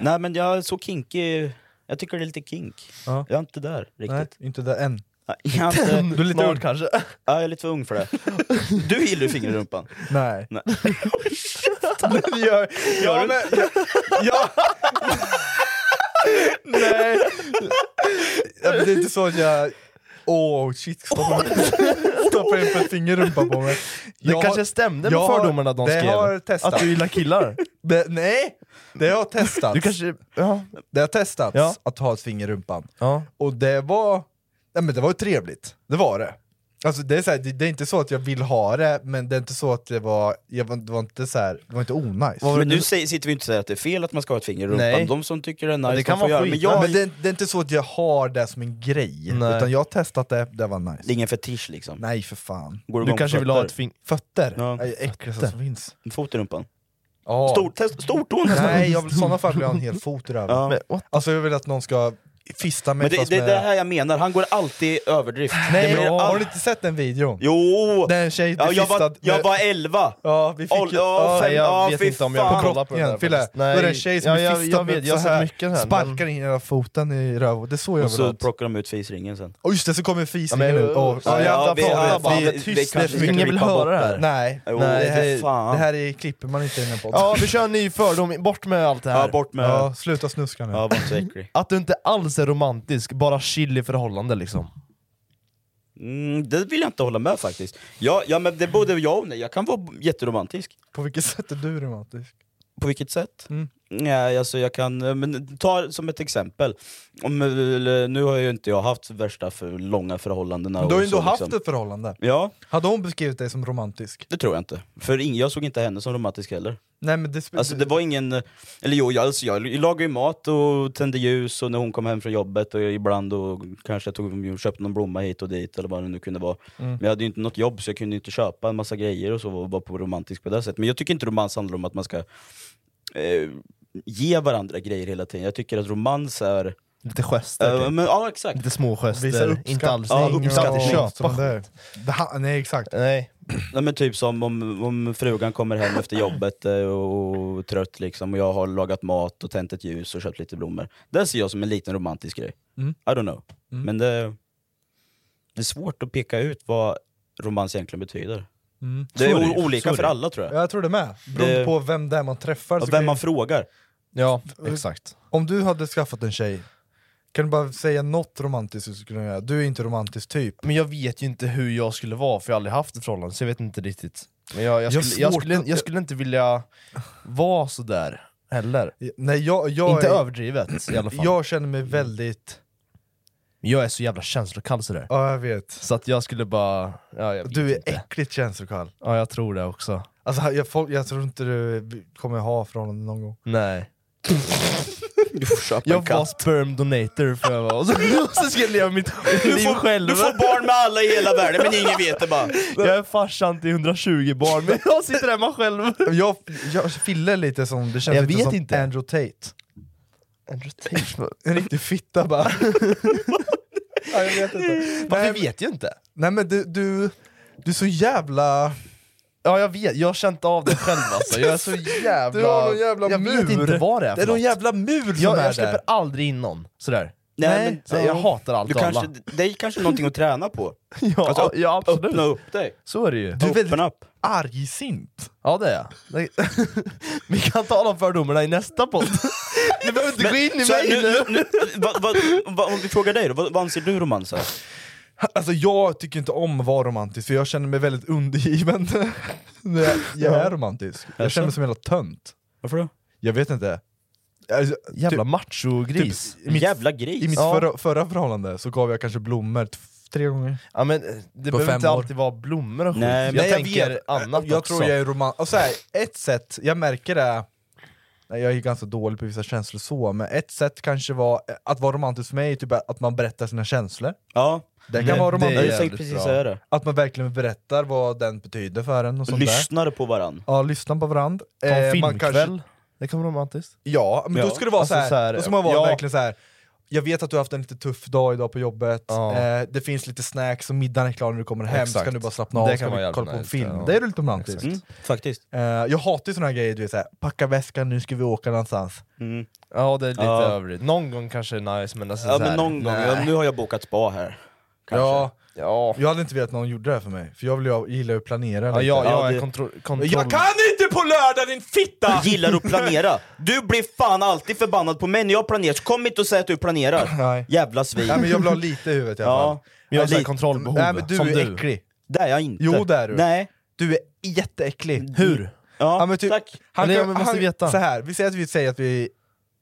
Nej men jag är så kinky, jag tycker det är lite kink.
Ja.
Jag är inte där riktigt.
Nej, inte där än.
Jag är
*laughs*
inte,
Du är lite Snart ung.
kanske?
Ja, jag är lite för
*laughs*
ung för det. Du gillar ju fingrar i rumpan.
Nej.
Nej.
Det gör, ja, men, ja. Nej. Ja, men det är inte så att jag... Åh shit,
*laughs*
stoppa in, stoppa in ett finger i rumpan på mig.
Det kanske stämde med
jag har-
fördomarna de
det
skrev,
Har jag testat.
att du
*laughs*
gillar killar.
Det, nej! Det har testats.
Du kanske- ja.
Det har testats
Ja.
att ha ett finger i rumpan.
Ja.
Och det var... Nej men det var ju trevligt. Det var det. Alltså det är, så här, det, det är inte så att jag vill ha det, men det är inte så att det var... Jag var, det var inte så här, det var inte onajs.
Men nu säger- sitter vi inte och säger att det är fel att man ska ha ett finger i rumpan.
Nej.
De som tycker det är nice,
det
de får göra men jag,
men det, det är inte så att jag har det som en grej,
Nej.
utan jag har testat det, det var nice.
Det är ingen fetisch liksom.
Nej för fan.
Går igång på fötter?
Fötter?
Ja.
Det är det äckligaste som finns.
En fot i rumpan.
Ja.
Stor, test, stortån nästan.
Nej, jag vill, i sådana fall vill jag ha en hel fot i röven.
Ja. Men
Alltså jag vill att någon ska fista mig
Men det,
fast
det,
med...
det här jag menar, han går alltid i överdrift.
Nej,
det blir
ja. har
all...
du inte sett den videon?
Jo!
Där en tjej blir
ja, jag,
fistad
var, jag
med-
var 11!
Ja, vi fick
Ål-
ju-
ja,
ja,
fem,
jag
ja,
vet
fy
inte om jag
fan.
på kroppen Fille, då
Nej.
är det en tjej som
Ja,
är
jag-
fistad
jag vet,
med
jag har
så
sett
här,
mycket här, men-
sparkar in hela foten i röv, det är så
Och så
överallt.
plockar de ut fisringen sen.
Och just det, så kommer
Ja,
fisringen
men-
ut. Åh,
Ja, ja, vi-
fan,
ja, fan,
vi-
det-
vi-
det
det-
kanske
vi-
vi ska klippa bort det här.
Nej,
Jo,
Nej det,
för
här,
fan.
det här är, klipper man inte i den här podden.
Ja, vi kör en ny fördom, bort med allt det här.
Ja, bort med...
Ja, sluta snuska nu.
Ja, var inte så äcklig.
Att du inte alls är romantisk, bara chill i förhållande liksom.
Mm, det vill jag inte hålla med faktiskt. Ja, ja men det både jag och nej. Jag kan vara jätteromantisk.
På vilket sätt är du romantisk?
På vilket sätt?
Mm.
Nej, alltså jag kan, eh, men ta som ett exempel. Om, eh, nu har ju inte jag haft värsta för långa förhållanden.
Men du har
och
ju ändå
så,
haft
liksom.
ett förhållande.
Ja,
Hade hon beskrivit dig som romantisk?
det tror jag inte. För ing- jag såg inte henne som romantisk heller.
Nej men det sp-
Alltså det var ingen, eh, eller jo, jag, alltså, jag lagade ju mat och tände ljus och när hon kom hem från jobbet och jag ibland och kanske jag tog, och köpte någon blomma hit och dit eller vad det nu kunde vara.
Mm.
Men jag hade ju inte något jobb så jag kunde ju inte köpa en massa grejer och så och vara på romantisk på det sättet. Men jag tycker inte romans handlar om att man ska eh, ge varandra grejer hela tiden. Jag tycker att romans är...
Lite gester.
Ja,
typ.
men, ja exakt.
Lite små
Visa
gester,
uppskattning
inte alls
och-
inte alltid
Ja,
köpa
sånt
skit.
Det ha- Nej exakt.
Nej.
Nej, men typ som om, om frugan kommer hem efter jobbet eh, och, och trött liksom och jag har lagat mat och tänt ett ljus och köpt lite blommor. Det ser jag som en liten romantisk grej.
Mm.
I don't know.
Mm.
Men det, det är svårt att peka ut vad romans egentligen betyder.
Mm.
Det är
Så
o-
ju.
olika
Så
för
är det.
alla, tror jag.
Ja, jag tror det med. Beroende
Det-
på vem det är man träffar. så
Och
kan
vem
ju-
man frågar.
Ja,
Mm.
exakt.
Om du hade skaffat en tjej, kan du bara säga något romantiskt du skulle kunna göra? Du är inte romantisk typ.
Men jag vet ju inte hur jag skulle vara, för jag har aldrig haft ett förhållande, så jag vet inte riktigt. Men jag, jag,
Jag har
skulle, jag,
svårt
skulle,
att-
jag skulle inte vilja vara sådär heller.
Nej, jag, jag
Inte
är-
överdrivet i alla fall.
Jag känner mig väldigt
Men jag är så jävla känslokall sådär.
Ja, jag vet.
Så att jag skulle bara... Ja, jag
Du är äckligt känslokall.
Ja, jag tror det också.
Alltså, jag, folk, jag tror inte du kommer ha från någon gång.
*laughs* Nej.
Du får köpa
Jag var sperm donator för jag var. *laughs* Och så, och så skulle jag leva mitt
Du
liv
får,
själv.
du får barn med alla i hela världen men ingen vet det bara.
Jag är farsan till 120 barn, men jag sitter hemma själv.
Jag, jag Fille lite som, det känns
Jag
lite
vet
som
inte.
Andrew Tate.
*laughs* Andrew Tate?
En riktig fitta bara. *laughs* ja, jag vet inte.
Fast vi vet ju inte.
Nej men du, du, du är så jävla...
Ja jag vet, jag har känt av det själv alltså. Jag är så jävla...
Du har någon jävla
jag
mur.
vet inte vad det är
Det är någon jävla mur som
jag,
är
Jag släpper
där.
aldrig in någon sådär.
Nej,
Nej,
men-
så jag
ja.
hatar allt
du
och
kanske,
alla.
Det är kanske någonting att träna på.
Ja,
Alltså, upp-
ja absolut.
öppna upp dig.
Så är det ju.
Du är väldigt
up.
argsint.
Ja det är jag. Det- *laughs* Vi kan tala om fördomarna i nästa podd. Du behöver inte gå in i
Så här,
mig
nu,
nu.
nu, nu, vad- vad- vad- Om vi frågar dig då, vad, vad anser du romanser?
Alltså jag tycker inte om att vara romantisk, för jag känner mig väldigt undergiven *laughs* när jag, jag är romantisk. Jag
Jaså?
känner mig som en jävla tönt.
Varför då?
Jag vet inte. Alltså,
Jävla
typ-
machogris.
typ i mitt-
Jävla gris.
I mitt
Ja.
förra, förra förhållande så gav jag kanske blommor t- tre gånger.
Ja, men eh, det
På
behöver
fem
inte
år.
alltid vara blommor och skit. jag tänker
vet.
annat
Jag
också.
tror jag är romantisk. Och så här, ett sätt, jag märker det, nej, jag är ganska dålig på vissa känslor så, men ett sätt kanske var, eh, att vara romantisk för mig är typ att man berättar sina känslor.
Ja.
Det kan
Mm.
vara
Det är
romantiskt.
Jag tänkte precis säga det.
Att man verkligen berättar vad den betyder för en och sånt där.
Lyssnar på varandra.
Ja, lyssna på varandra. Eh,
Ta en filmkväll. Det kan vara romantiskt.
Ja, men
Ja.
då ska det vara
Alltså
så här,
så här,
då ska man vara
ja.
verkligen så här. Jag vet att du har haft en lite tuff dag idag på jobbet,
Ja.
eh, det finns lite snacks och middagen är klar när du kommer hem, så
Exakt.
kan du bara slappna av
Det
och
kan vara
kolla på
jävligt
en
nice,
film.
ja.
Det är lite romantiskt.
Exakt. Mm,
faktiskt.
Eh, jag hatar ju såna här grejer, du vet såhär, packa väskan, nu ska vi åka någonstans.
Ja det är lite
Ja.
överdrivet. Någon gång kanske är nice men alltså
Ja
så här,
men någon gång,
nej.
ja, nu har jag bokat spa här. Kanske.
Ja,
ja.
Jag hade inte velat att någon gjorde det här för mig, för jag, vill ju, jag gillar ju att planera
Ja,
lite.
jag, jag
det-
är kontro kontroll...
Jag kan
inte på lördag din
*laughs*
fitta!
Gillar att planera. Du blir fan alltid förbannad på mig när jag planerar, så kom inte och säg att du planerar.
Nej.
Jävla svin.
Nej, men jag vill ha lite i huvudet i alla
Ja.
fall.
Jag har så här
Lite.
kontrollbehov,
Nej, men du
som
är
du.
äcklig.
Det är jag inte.
Jo det är du.
Nej.
Du är jätteäcklig.
Hur?
Ja,
men typ,
tack.
Han,
Eller
kan-
jag måste
han,
veta.
Så här, vi säger att vi säger att vi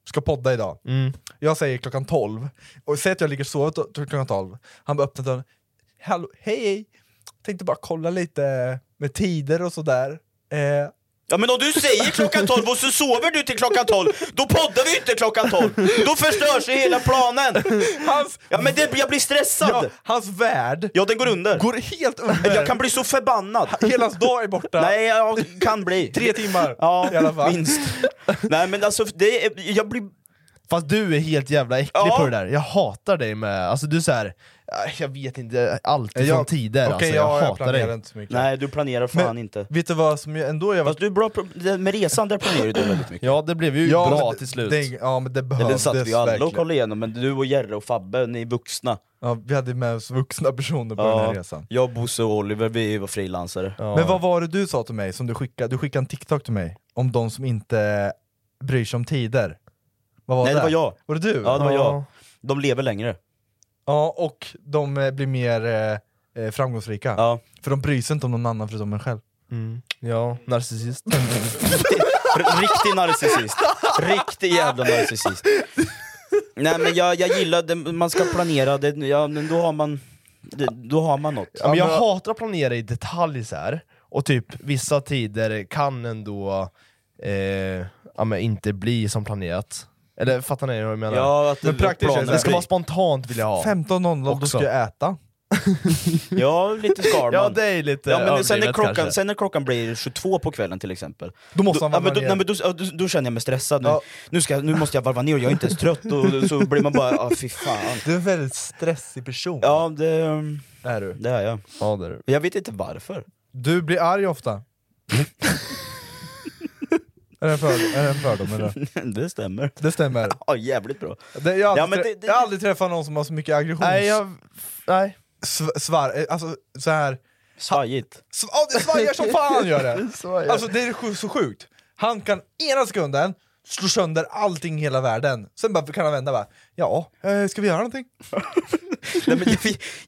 ska podda idag.
Mm.
Jag säger klockan 12, och säg att jag ligger och sover till till klockan 12. Han bara öppnar dörren. Hallå, hej, hej! Tänkte bara kolla lite med tider och sådär. Eh,
Ja men om du säger klockan 12 och så sover du till klockan 12, då poddar vi inte klockan 12! Då förstörs ju hela planen!
Hans...
Ja men det, jag blir stressad!
ja, hans värld
Ja den går under!
går helt under.
Jag kan bli så förbannad!
Hela hans dag är borta.
Nej, jag kan bli.
Tre timmar
Ja,
i alla fall.
minst. Nej men alltså, det är, jag blir...
Fast du är helt jävla äcklig
Ja.
på det där. Jag hatar dig med... Alltså du är såhär... "Aj, Jag vet inte, alltid från
Jag-
tider
okej,
alltså. Jag,
jag- jag
hatar
planerar
dig.
inte så mycket.
Nej du planerar fan
Men-
inte.
Vet du vad som jag, ändå jag var
Fast du är bra på, det- med resan, där planerar du väldigt mycket.
Ja det blev ju
Ja, men
bra
det-
till slut.
Det, ja men det
Ja, den
behövdes
satt vi alla och
verkligen.
kollade igenom, men du och Jerre och Fabbe, ni är vuxna.
Ja, vi hade med oss vuxna personer på den här
Ja,
resan.
jag, Bosse och Oliver, vi var frilansare.
Ja.
Men vad var det du sa till mig som du skickade? Du skickade en TikTok till mig om de som inte bryr sig om tider. Vad var
Nej
det?
det var jag.
Var det du?
Ja det var jag.
Ja.
De lever längre.
Ja, och de eh, blir mer eh, eh, framgångsrika.
Ja.
För de bryr sig inte om någon annan förutom en själv.
Mm. Ja, narcissist.
R- Riktig narcissist. Riktig jävla narcissist. Nej men jag, jag gillar det, man ska planera, det, ja, men då har man det, då har man något.
Ja, men jag hatar att planera i detalj så här. och typ vissa tider kan ändå eh, ja, men inte bli som planerat. Eller fattar ni vad jag menar?
Ja, att
Men praktiskt
planen-
känns
det ska vara spontant vill jag ha.
15.00, då
Också.
ska jag äta.
Ja, lite Skarman.
Ja det är lite
Ja, men sen,
överdrivet
när klockan,
kanske.
sen när klockan blir 22 på kvällen till exempel,
Då måste
då,
man
ja,
vara
men då,
ner.
nej, men då, ja, då, då känner jag mig stressad nu.
Ja.
Nu, ska, nu måste jag varva ner och jag är inte ens trött, och så blir man bara ah, fy fan.
Du är en väldigt stressig person.
Ja, det,
Är du.
det är jag.
Ja, det är det.
Jag vet inte varför. *laughs*
du blir arg ofta. *laughs* är, det en för, är det en fördom eller?
det stämmer.
Det stämmer.
Ja, jävligt bra.
Det, jag, har
Ja,
aldrig
men
trä-
det- det-
jag har aldrig träffat någon som har så mycket aggressions...
Nej, jag, nej.
sv- svar, eh, alltså så här.
Svajigt.
Sv- ja, det svajar som fan gör
*laughs*
det!
Svajar.
Alltså det är sju- så sjukt. Han kan ena sekunden slå sönder allting i hela världen, sen bara kan han vända bara ja, eh, ska vi göra någonting?
Nej, men jag,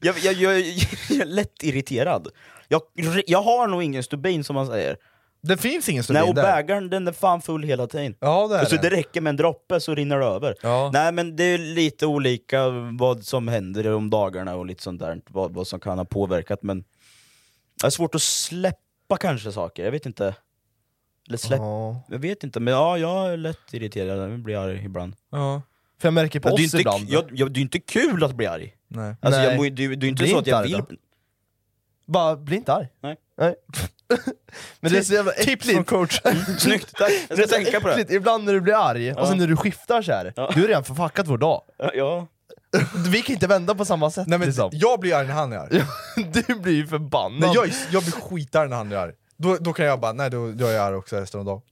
jag, jag, jag, jag är lätt irriterad. Jag, jag har nog ingen stubin som man säger.
Det finns ingen
Nej, och
stubin där.
bägaren den är fan full hela tiden.
Ja, det är
alltså,
den.
det räcker med en droppe så rinner det över. Nej men det är lite olika vad som händer om dagarna och lite sånt där, vad, vad som kan ha påverkat men... Det är svårt att släppa kanske saker, jag vet inte. Eller släpp... Jag vet inte, men ja, jag är lätt irriterad, jag blir arg ibland.
Ja. För jag märker på
Ja, det är
oss
inte,
ibland.
Jag, jag, det är inte kul att bli arg.
Nej.
Alltså,
Nej.
Jag, mår ju- det, är ju- det är ju inte
Bli
så att jag
arg
vill...
då. Bara, bli inte arg.
Nej.
*laughs* Men det är så jävla
Tips
äckligt.
från
*laughs*
coach.
Snyggt, tack. Jag ska
Det är så
tänka på det.
äckligt. Ibland när du blir arg,
Ja.
och sen när du skiftar så här,
Ja.
du har redan förfuckat vår dag.
Ja.
Vi kan inte vända på samma sätt
Nej, men
liksom.
Jag blir arg när han är arg.
*laughs* Du blir ju förbannad.
Nej, jag, är- jag blir skitarg när han är arg. Då, då kan jag bara, nej då, då är jag arg också resten av dagen.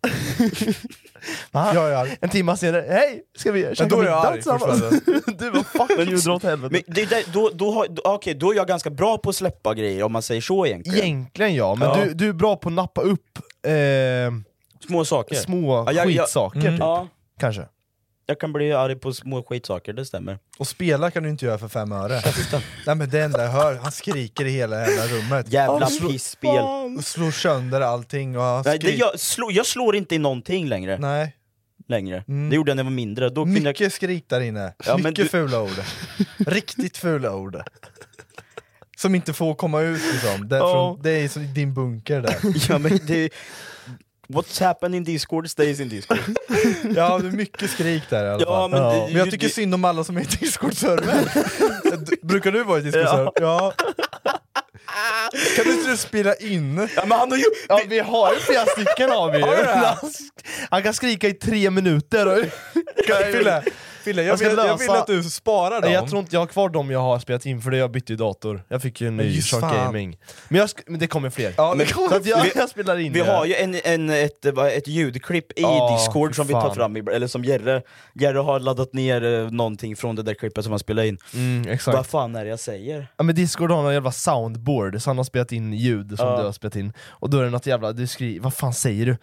Va?
Jag är arg.
En timma senare, hej! Ska vi käka
då är jag
middag
arg
tillsammans? *laughs* du bara fuck you, dra åt helvete.
Men det, är där- då, då, har, då, okej, då är jag ganska bra på att släppa grejer om man säger så egentligen.
Egentligen ja, men
Ja.
Du, du är bra på att nappa upp eh,
Små saker.
små
Ja, jag- jag-
skitsaker
Mm.
typ.
Ja.
Kanske.
Jag kan bli arg på små skitsaker, det stämmer.
Och spela kan du inte göra för fem öre. Nej men det enda jag hör, han skriker i hela jävla rummet.
Jävla
Och slå-
pissspel.
Och slår sönder allting och han
Nej, det,
skriker.
jag, slår, jag slår inte i någonting längre.
Nej.
längre. Det gjorde jag när jag var mindre. Då kunde jag...
Mycket skrik där inne.
Ja, men
Mycket
du-
fula
*laughs*
ord. Riktigt fula ord. Som inte får komma ut liksom. Det är,
Ja.
från, det är som din bunker där.
*laughs* Ja, men det... What's happened in Discord stays in Discord.
Ja, det är mycket skrik där i
*laughs*
alla
Ja,
fall.
men det-
men jag
det-
tycker
det-
synd om alla som är i Discord-servern.
*laughs*
D- Brukar du vara i Discord-servern? Ja. Kan inte du spela in?
Ja, *laughs* men han har ju...
Ja vi har ju flera stycken har vi ju.
Har du det?
Han, han kan skrika i tre minuter. Och,
Fille, Fille jag,
Jag ska
vill, jag
lösa-
vill att du sparar dem.
Nej, jag tror inte jag har kvar dem jag har spelat in för det jag bytte ju dator. Jag fick ju en
Men
ny
just
Shark
fan.
Gaming. Men, jag sk- men det kommer fler.
Ja,
Men-
det kommer
Så att jag,
Vi-
jag spelar in
Vi
det.
har ju en, en, ett, eh, vad- ett ljudklipp i
Ja,
Discord som
fy
vi tar
fan.
fram, ibland, eller som Jerre, Jerre har laddat ner eh, någonting från det där klippet som han spelade in.
Mm, exakt.
Vad fan är det jag säger?
Ja men Discord har någon jävla soundboard, så han har spelat in ljud som
Ja.
du har spelat in Och då är det något jävla, du skriver, vad fan säger du?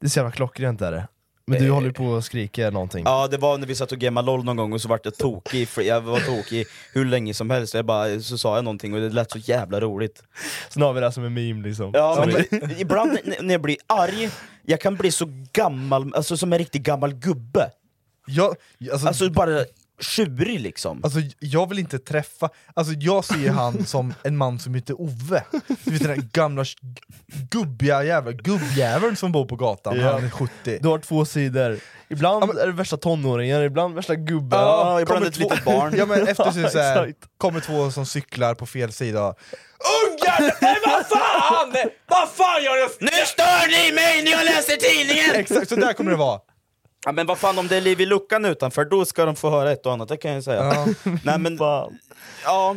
Det är så jävla klockrent är det Men du håller på och skriker någonting
Ja, det var när vi satt och gamade LOL någon gång och så vart jag tokig, för jag var tokig hur länge som helst, jag bara, så sa jag någonting och det lät så jävla roligt.
Sen har vi det här som en meme liksom
Ja,
Som vi-
men *laughs* ibland n- när jag blir arg, jag kan bli så gammal, alltså som en riktig gammal gubbe.
Jag, alltså, alltså,
Alltså bara tjurig liksom.
jag vill inte träffa... Alltså, jag ser han som en man som heter Ove. Du vet den där gamla sh- gubbiga jävla gubbjäveln som bor på gatan.
Ja.
Han är 70.
Du har två sidor, ibland är det värsta tonåringen, ibland värsta Ah, gubben
Ja, ibland
kommer
ett litet barn.
*laughs* Ja, men
*laughs*
efter sig så här,
Exakt.
kommer två som cyklar på fel sida.
Ungar! Nej vad fan! Vad fan gör du? Nu stör ni mig när jag läser tidningen!
Exakt så där kommer det vara.
Ja, men vad fan om det är liv i luckan utanför, då ska de få höra ett och annat, det kan jag säga.
Ja.
*laughs* Nej men, ja.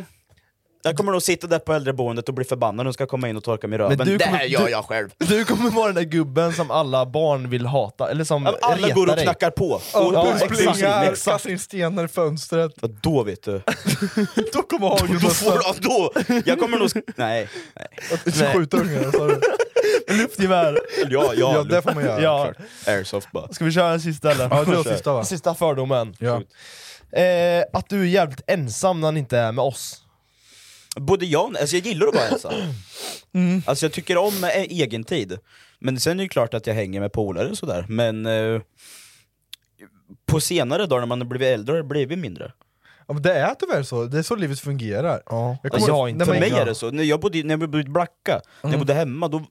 Jag kommer nog sitta där på äldreboendet och bli förbannad när de ska komma in och torka mig i röven.
Men du
det
kommer-
här gör
du-
jag själv!
Du kommer vara den där gubben som alla barn vill hata, eller som
Alla
retar
går och
dig.
knackar på. Och,
Ja,
och-
exakt.
Plingar,
exakt.
kastar in stenar i fönstret.
Vad då
*laughs*
vet du?
Då kommer Hagen
Då får du, då! Jag kommer nog... sk- Nej. nej.
börja skjuta ungarna. sa du.
Luftgevär!
Ja, ja,
Ja, det får man göra.
Ja.
klart. Airsoft bara.
Ska vi köra en sista eller?
*laughs* Ja, det var sista, va?
Sista fördomen.
Ja.
Eh, att du är jävligt ensam när han inte är med oss.
Både jag och- alltså jag gillar att vara ensam. Alltså jag tycker om eh, egen tid. Men sen är det ju klart att jag hänger med polare och sådär, men eh, på senare dagar när man har blivit äldre har det blivit mindre.
Ja, men det är tyvärr så, det är så livet fungerar.
Ja. Jag,
kommer-
jag inte.
nej,
Alltså, För
men-
mig är det så, när jag bodde, när jag bodde i Blacka, när jag bodde hemma, då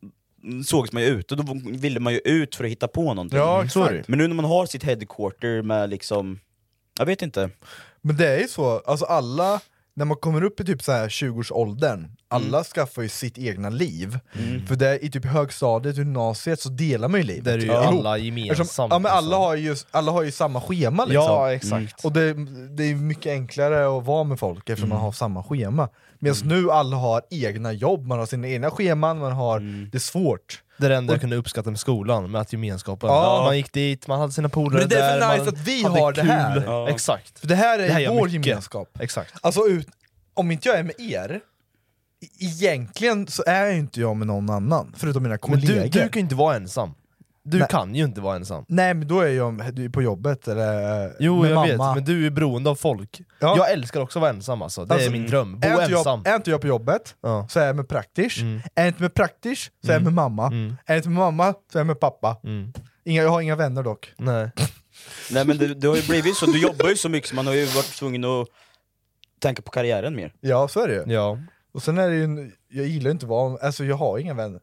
sågs man ju ute, då ville man ju ut för att hitta på någonting.
Ja,
Mm, så är det.
exakt.
Men nu när man har sitt headquarter med liksom, jag vet inte.
Men det är ju så, alltså alla, när man kommer upp i typ så här 20-årsåldern,
Mm.
alla skaffar ju sitt egna liv. För det är, i typ högstadiet, gymnasiet, så delar man ju livet.
Där är ju
ihop.
alla
Eftersom,
gemensamt.
ja, men alla,
liksom.
har ju, alla har ju samma schema liksom.
Ja, exakt.
Och det, det är mycket enklare att vara med folk eftersom
Mm.
man har samma schema. Medan nu alla har egna jobb, man har sina egna scheman, man har,
Mm.
det är svårt.
Det är det enda jag kunde uppskatta med skolan, med att gemenskapen.
Ja.
Man gick dit, man hade sina polare
Men det är väl
där,
nice
man
att vi
hade
har det här.
Ja.
Exakt.
För det här är
Det här gör
vår
mycket.
gemenskap.
Exakt.
Alltså ut, om inte jag är med er, e- egentligen så är ju inte jag med någon annan, förutom mina
Men
kollegor.
du, du kan ju inte vara ensam. Du
Nej.
kan ju inte vara ensam.
Nej men då är jag du är på jobbet eller
Jo
med
jag
mamma.
vet, men du är beroende av folk.
Ja.
Jag älskar också att vara ensam alltså, det
Alltså,
är min dröm. Bo
är inte
ensam.
Jag, är inte jag på jobbet så är jag med praktisch, är jag inte med praktisch så är jag med mamma, är jag inte med mamma så är jag med pappa. Inga, jag har inga vänner dock.
Nej.
Nej men det, det har ju blivit så, du jobbar ju så mycket så man har ju varit tvungen att tänka på karriären mer.
Ja så är det ju.
Ja.
Och sen är det ju, en- jag gillar ju inte att vara, alltså jag har inga vänner.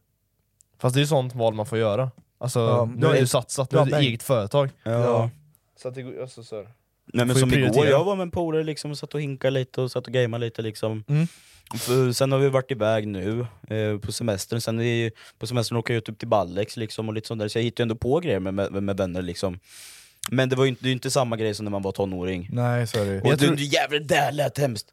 Fast det är ju sånt val man får göra. Alltså,
Ja,
nu
jag
har
är-
du satsat, nu
Ja,
har du
men-
eget företag.
Ja. Ja.
Så att det går, alltså, så.
Nej men
Får ju
som igår,
prioritera.
jag var med en polare liksom och satt och hinkade lite och satt och gamade lite liksom.
Mm.
För, sen har vi varit iväg nu eh, på semestern, sen är, på semestern åker jag ut upp till Ballex liksom och lite sånt där, så jag hittar ju ändå på grejer med, med, med vänner liksom. Men det var ju inte, det är ju inte samma grej som när man var tonåring.
Nej så är det ju.
Och jag du, du jävlar, det där lät hemskt.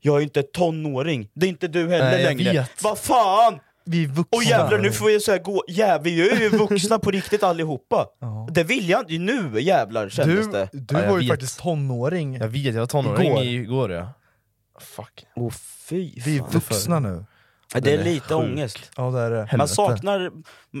Jag är inte tonåring, det är inte du heller
Nej, jag
längre.
vet.
Vad fan!
Vi är vuxna.
Och jävlar nu får vi så här gå, jävlar vi är ju vuxna på riktigt allihopa. Det vill jag inte, nu jävlar kändes
du,
det.
du var ju faktiskt tonåring.
Jag vet, jag var tonåring
Igår.
igår, igår ja. Fuck.
Oh, fy
Vi är vuxna nu.
Ja, det är lite ångest.
Ja, det är det.
Man saknar,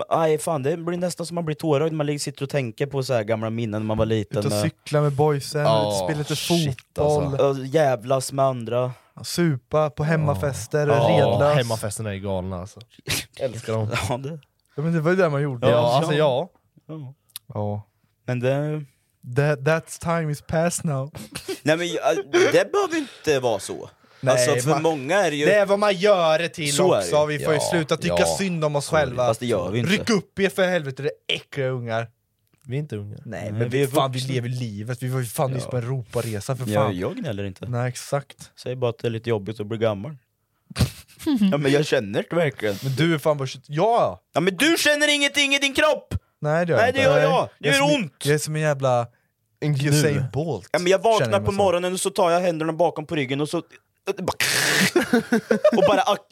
aj fan det blir nästan som man blir tårögd när man ligger- sitter och tänker på så här gamla minnen när man var liten. eh,
Ut och
med-
cykla med boysen,
Ja,
ut och spela lite
shit,
fotboll,
alltså. jävlas med andra.
supa på hemmafester,
Ja,
redlös.
Hemmafesterna är galna alltså. Älskar dem.
*laughs* Ja, det.
Ja, men det var ju det man gjorde.
Ja, alltså, ja.
Ja.
Ja.
Men det...
That, that time is past now.
Nej men ja, det behöver inte vara så.
Nej,
alltså för
man-
många är det ju...
Det är vad man gör det till
Så är det
också,
ju.
vi får ju
Ja,
sluta tycka
ja.
synd om oss själva.
Fast det gör vi inte.
Ryck upp er för helvete, det är äckliga ungar.
Vi är inte unga.
Nej
Nej,
men
vi är
vi, fan, vi
vuxna.
lever livet, vi var ju fan
Ja.
nyss på en Europaresa för fan.
Ja, jag gnäller inte.
Nej exakt.
Säger bara att det är lite jobbigt att
*laughs*
bli gammal. ja men jag känner det verkligen.
Men du är fan bara 20... Ja!
Ja men du känner ingenting i din kropp!
Nej det gör
Nej,
jag
det gör jag. Det
är
gör
som en-
ont.
Jag är som en jävla Usain Bolt.
Ja, men jag
känner
vaknar
mig
på
som.
morgonen och så tar jag händerna bakom på ryggen och så...
*laughs*
Och bara, ax...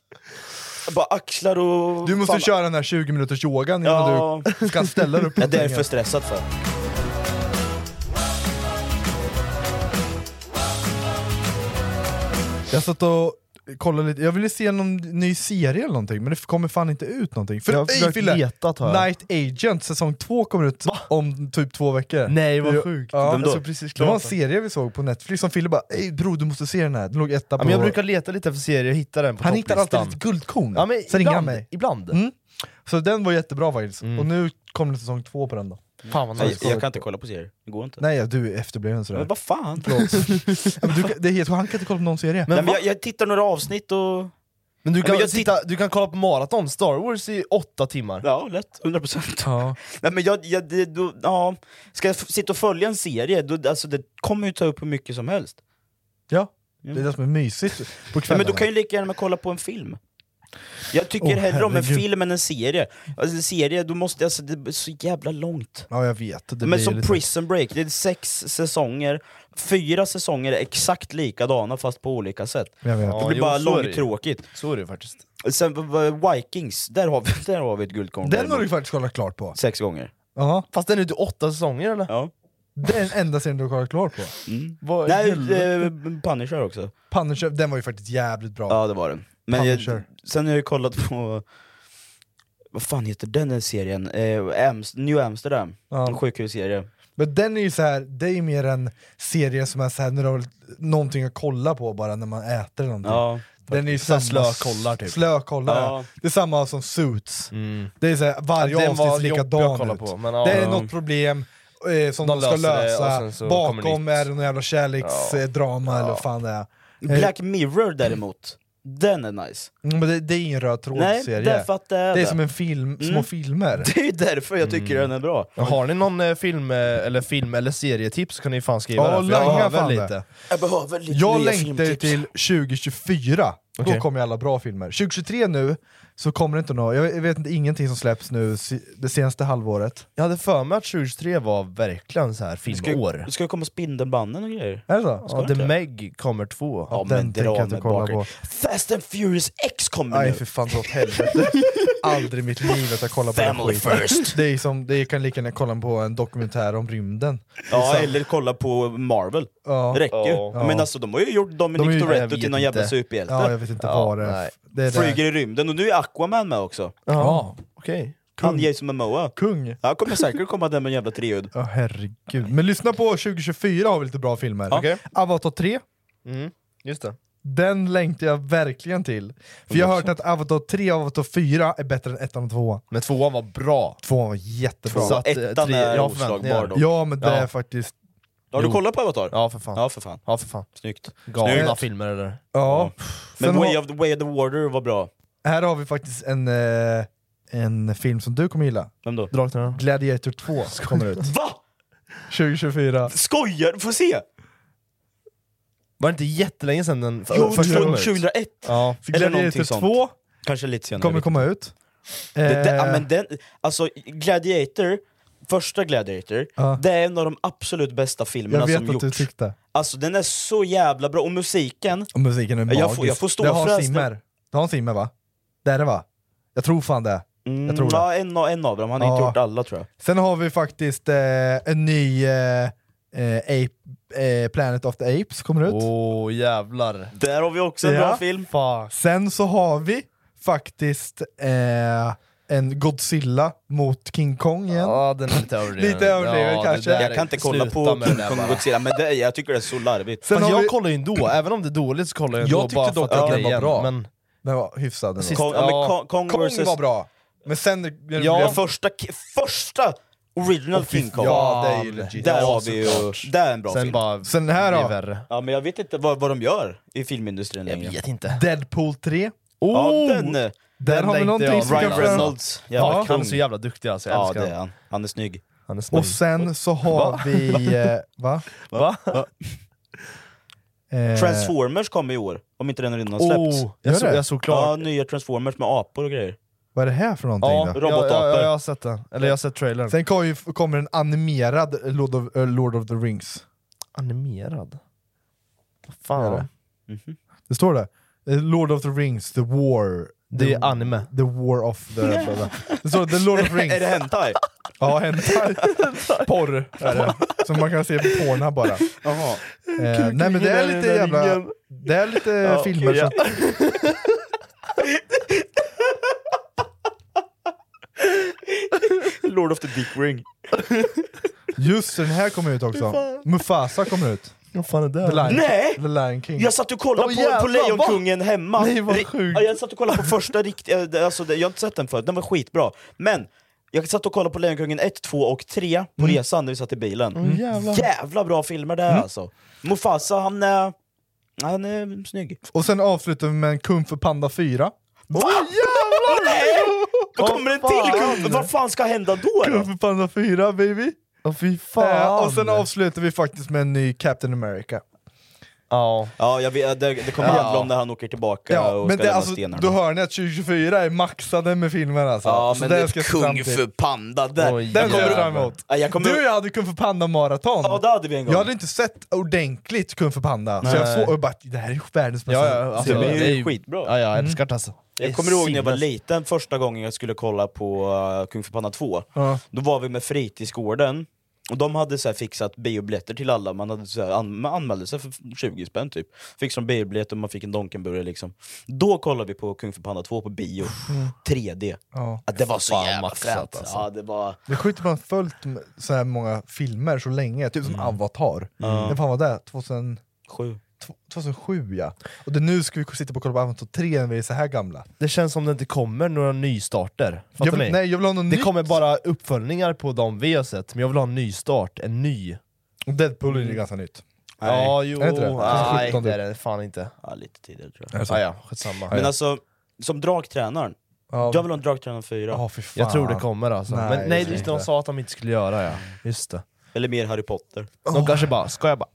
bara axlar och...
Du måste
fan.
köra den här 20 minuters yogan innan
Ja.
du ska ställa dig upp på
*laughs* Ja, det är jag
sängen.
för stressad för.
Jag satt och kollade lite, jag ville se någon ny serie eller någonting men det kommer fan inte ut någonting. För
Jag har
ej
försökt
Fille!
leta, tar jag.
Night Agent säsong 2 kommer ut om typ två veckor.
Nej, vad
Jag-
sjukt.
Ja,
Vem då?
alltså, precis det var en serie vi såg på Netflix som Fille bara ey bro du måste se den här, den låg etta
Ja,
på...
men jag brukar leta lite efter serier, jag hittar den på
Han hittar alltid
topplistan.
lite guldkorn,
Ja, men
sen ringer han
ibland,
mig.
Ibland.
Mm. Så den var jättebra faktiskt, och nu kommer det säsong 2 på den då.
Fan vad
Nej,
nice.
jag kan inte kolla på serier, det går inte.
Nej ja, du är efterbliven sådär.
Men vad fan?
Förlåt. *laughs* Ja, men du, kan- det är helt, han kan inte kolla på någon serie.
Nej, men jag, jag tittar några avsnitt och...
Men du
Ja,
kan,
men jag
sitta, du kan kolla på maraton, Star Wars i åtta timmar.
Ja, lätt. 100 procent.
Ja.
Nej, men jag, jag, det, då, ja. Ska jag f- sitta och följa en serie, då, alltså, det kommer ju ta upp hur mycket som helst.
Ja, det är det som är mysigt på
Nej,
kvällen.
men då kan jag ju lika gärna kolla på en film. Jag tycker
Åh,
hellre om en
herregud.
film än en serie. Alltså, en serie, då måste, alltså, det är så jävla långt.
Ja jag vet. Det
men
blir
som
lite-
Prison Break, det är sex säsonger, fyra säsonger är exakt likadana fast på olika sätt.
Jag vet.
Det
Ja,
blir
jo,
bara
så är det ju.
långtråkigt.
Så är det faktiskt.
Sen v- v- Vikings, där har vi, *laughs* där har vi ett guldkorn.
Den har du faktiskt kollat klart på.
Sex gånger.
Ja.
Fast den är ju åtta säsonger eller?
Ja.
Det är den enda serien du har kollat klart på.
Vad
Nej,
helvete.
eh, Punisher också.
Punisher, den var ju faktiskt jävligt bra.
Ja det var den. Men jag,
Punisher.
sen har jag ju kollat på, vad fan heter den här serien? Eh, Amst- New Amsterdam,
Ja.
en sjukhusserie.
Men den är ju så här, det är ju mer en serie som är så här när du har någonting att kolla på bara när man äter någonting.
Ja.
Den är ju
Så här
samma...
slökollar, typ.
Slökollar,
Ja.
Det är samma som Suits.
Mm.
Det är så här, varje
Den var
avsnitt ser
jobbig att
likadan
kolla
ut.
på, men ja.
det är
Ja.
något problem eh, som de,
De
ska
löser det, och
lösa,
sen så kommer
bakom
nytt.
är det någon jävla kärleksdrama eller vad fan det är. Eh,
Black Mirror däremot, den är nice.
Mm, Men det, det är ingen röd tråd
Nej,
serie.
därför att det är det.
som en film, små
Mm.
filmer.
Det är ju därför jag tycker den är bra.
Men Har ni någon eh, film, eh, eller film eller serietips så kan ni fan skriva
Ja,
det, för jag
langa
behöver
fan det.
lite.
Jag behöver lite
Jag
nya
längtar ju
filmtips.
till 2024, då
Okej.
kommer ju alla bra filmer. 2023 nu, så kommer det inte något, jag vet- jag vet inte, ingenting som släpps nu se- det senaste halvåret.
Jag hade för mig att 2023 var verkligen så här
Ska,
filmår.
ska det komma Spindelmannen och grejer?
Är det så?
Ska
Ja,
det
The
inte?
Meg kommer två.
Ja,
Den
men
tänker jag
dra
inte
mig
kolla
bakåt. Fast and Furious X kommer
Nej
nu!
för fan, dra åt
*laughs*
helvete. Aldrig i mitt liv att jag kollar på
Family
den skiten.
first.
Det, är som, det kan lika gärna kolla på en dokumentär om rymden.
Ja, eller kolla på Marvel.
Ja.
Det räcker ju.
Ja.
Men alltså de har ju gjort
De är
Dominic
ju-
Toretto
jag vet
till någon jävla
inte.
superhjälte.
Ja, jag vet inte vad det är.
nej.
Det är det.
Flyger i rymden och nu är Aquaman med också.
Ja, okej.
Han Jason Momoa.
Kung.
Han kommer säkert komma där med en jävla trehjul.
Ja, herregud. Men lyssna på 2024 har vi lite bra filmer.
Ja. Okej.
Avatar 3.
Mm, just det.
Den längtar jag verkligen till. För jag har hört att Avatar 3 och Avatar 4 är bättre än 1 och 2.
Men tvåan var bra.
Tvåan var jättebra.
Så att, eh, Ettan tre- är jag har förväntningar. oslagbar dock.
Ja, men det
Ja.
är faktiskt...
Har du
Jo.
kollat på Avatar?
Ja för fan.
Ja för fan.
Ja, för fan.
Snyggt.
Galna
Snyggt.
filmer eller?
Ja.
Men
Sen
Way,
har-
of, Way of the Water var bra.
Här har vi faktiskt en, eh, en film som du kommer gilla.
Vem då?
Gladiator 2 kommer *laughs* ut.
Va?
2024.
Skojar du? Får se?
Var det inte jättelänge sedan den f-
Jo,
första kom ut?
2001!
Ja.
Eller någonting
Gladiator
sånt.
2
Kanske lite senare.
kommer komma ut.
Det, det, ja,
Eh,
men den, alltså Gladiator, första Gladiator,
Ja.
det är en av de absolut bästa filmerna
jag vet
som
att
gjorts.
du tyckte.
Alltså den är så jävla bra, och musiken...
Och musiken är magisk.
jag, får, jag får stå
det
för
har
resten.
Zimmer. Det har en Zimmer va? Det är det va? Jag tror fan det.
Mm,
jag tror det.
ja, en, av- en av dem, han har inte
Ja.
gjort alla tror jag.
Sen har vi faktiskt eh, en ny eh, eh, Ape, eh, Planet of the Apes kommer ut.
Åh jävlar.
Där har vi också en
Ja.
bra film.
Sen så har vi faktiskt eh, en Godzilla mot King Kong igen.
Ja, den är lite överdriven.
Lite överdriven
Ja, det
kanske.
där är-
Jag kan inte kolla
sluta
på
med
King
det
Kong och
bara.
Godzilla, men det, jag tycker det är så larvigt.
Sen
har
jag
vi-
kollar ju ändå, även om det är dåligt så kollar jag
Jag
ändå
tyckte
bara
dock
för
att den var
grejen,
bra.
Men
Den var hyfsad ändå.
Sist-
Kong, ja, men
ja.
Kong, Kong,
Kong
versus...
var bra, men sen...
Ja, första, ki- första original King Kong.
Ja, det är ju legit.
Där
Ja,
har vi ju...
såklart.
Det är en bra
sen
film.
bara...
Sen här
blir
då?
värre.
Ja, men jag vet inte vad, vad de gör i filmindustrin längre.
Jag vet inte.
Deadpool 3.
Ja,
Oh!
den, eh,
Där har vi
längtar
någonting
jag
som
till.
kan
Ryan
förändra.
Reynolds, jävla
Ja, han
kung.
är så jävla duktig alltså, jag
Ja,
älskar
det är
honom.
han. Han är snygg.
Han är snygg.
Och sen så har vi... Eh, va?
Va?
Eh,
Transformers kommer i år, om inte den redan har släppts.
Oh, jag,
Gör
så,
det?
jag såg
ja,
klart.
nya Transformers med apor och grejer.
Vad är det här för någonting
Ja,
då?
robotapor.
Jag, jag, jag har sett den. Eller jag har sett trailern.
Sen kom ju, kommer en animerad Lord of, eh, Lord of the Rings.
Animerad? Vad fan?
Är
Det?
Det står det. Eh, Lord of the Rings, the war.
det är anime.
The war of the... det står the Lord of the Rings.
Är
*laughs*
det Hentai?
Ja, hentai. Porr är det. Så man kan se på porna bara.
Jaha.
Eh, nej men det är lite jävla... Det är lite filmer som...
Lord of the Dick Ring.
Just det, den här kommer ut också. Mufasa kommer ut.
Vad fan är det?
The Lion,
Nej!
The Lion King.
Jag satt och
Åh,
kollade på, på
jävlar,
Lejonkungen hemma.
Nej, vad
Ri-
sjukt.
Ja, Jag satt och kollade på första riktiga, det- alltså, det- jag har inte sett den förut, den var skitbra. Men jag satt och kollade på Lejonkungen 1, 2 och 3 på resan när vi satt i bilen.
jävlar.
Jävla bra filmer det här alltså. Mufasa, han är... Han är snygg.
Och sen avslutar vi med en Kung för Panda 4.
Va? Nej! Då kommer en till kung! Vad fan ska hända då?
Kung
då?
för Panda 4 baby!
Åh fy
Eh,
fan.
och sen avslutar vi faktiskt med en ny Captain America.
Ja.
Ja, jag vet, det, det kommer handla om när han åker tillbaka
Ja,
och
men
ska
det,
lämna
alltså,
stenarna.
då hör ni att 2024 är maxade med filmer alltså.
Ja,
Så
men
det
det
ska
är
jag se fram
kung
till.
för panda där.
Oj,
Den kommer du
jävlar.
fram emot.
Ja, jag kommer...
Du och jag hade Kung för Panda maraton.
Ja, det hade vi en gång.
jag hade inte sett ordentligt Kung för Panda, så jag
Nej.
såg och jag bara det här är ju världens bästa.
Ja, ja, alltså,
Det är ju
det är ju-
skitbra.
Ja, jag älskar det alltså. Det är
Eh,
Jag kommer ihåg när jag var
sinnes-
liten, första gången jag skulle kolla på eh, Kung för Panda 2.
Ja.
Då var vi med fritidsgården, och de hade så här fixat biobiljetter till alla, man, hade så här, an man anmälde sig för 20 spänn typ. Fick som biobiljett och man fick en Donken-burgare liksom. Då kollade vi på Kung för Panda 2 på bio, 3D.
Ja.
Ja, det var så
Fan,
jävla
maxat,
fränt!
alltså.
Ja, det var...
Det är sjukt att man har följt m- så här många filmer så länge, typ som
Mm.
Avatar. När fan var det? 2000,
Sju.
tw- 2007 ja. Och det, nu ska vi sitta på och kolla på Avatar 3 när vi är så här gamla.
Det känns som det inte kommer några nystarter. Fattar
Jag vill,
ni?
nej, jag vill ha något
det
nytt.
kommer bara uppföljningar på de vi har sett, men jag vill ha en nystart. En ny.
Deadpool är ju ganska nytt.
Ja, jo.
Är det inte det?
Nej,
2017
det är det fan inte.
Ja, lite tidigare tror jag.
Är det så?
Ah, ja, skitsamma.
Men alltså, som dragtränaren.
Ja.
Jag vill ha en dragtränare 4.
Ja, fy fan.
jag tror det kommer alltså.
Nej,
men nej,
jag tror
just det, de
inte. Mm.
sa att de inte skulle göra ja. Just det.
Eller mer Harry Potter.
De kanske bara, ska jag bara?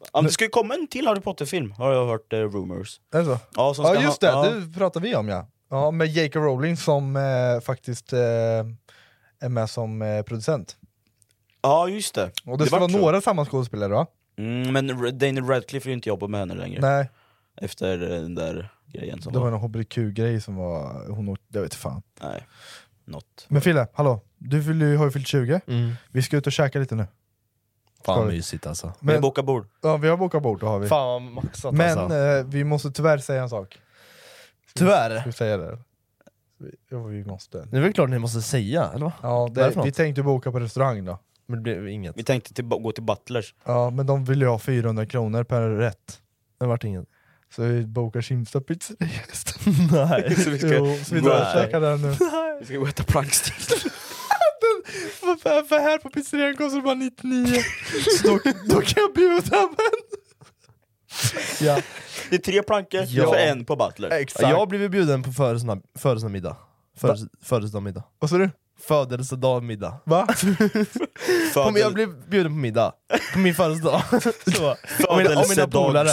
Ja, men det ska ju komma en till Harry Potter-film, har jag hört eh, rumors.
Är det så?
Ja, som
Ja
ska
just det,
ha- ja.
det pratar vi om ja. Ja, med J.K. Rowling som eh, faktiskt eh, är med som eh, producent.
Ja, just det.
Och det, ska
var
vara
så.
några samma skådespelare va?
Mm, men R- Daniel Radcliffe vill ju inte jobba med henne längre.
Nej,
Efter eh, den där grejen som
det var
var...
en hbtq-grej som var... Hon åkte, jag vet inte fan.
Nej. Något.
Men Fille, hallå? Du fyller ju- har ju fyllt 20,
Mm.
vi ska ut och käka lite nu.
Fan
Ska-
mysigt alltså.
Men... Vi
Men,
bokar bord.
ja, vi har bokat bord, det har vi.
Fan vad maxat
Men
alltså.
eh, vi måste tyvärr säga en sak.
Tyvärr.
Ska vi säga det? Jo, vi måste.
Nu är det klart ni måste säga, eller va?
Ja,
Vad är det för
det, vi
något?
tänkte boka på restaurang då.
Men det blev inget.
Vi tänkte till, gå till Butlers.
Ja, men de vill ju ha 400 kronor per rätt.
Det vart inget.
*laughs* Så vi bokar Kimsta
*laughs*
pizzeria istället.
Nej.
*laughs* Så vi ska, jo, så vi drar och käkar där nu.
Vi ska gå och äta
*laughs*
plankstil.
För, för här på pizzerian kostar det bara *laughs* 99. Så då, då kan jag bjuda på en.
Ja.
Det är tre plankor
Ja.
för en på Butler.
Ja, Jag har blivit bjuden på födelsedag- födelsedagsmiddag. Födels- Födelsedagsmiddag.
Vad sa du?
Födelsedagsmiddag.
Va?
På min- jag blev bjuden på middag, på
*laughs*
min födelsedag. Så. Och mina, och mina
Födelsedags-
polare.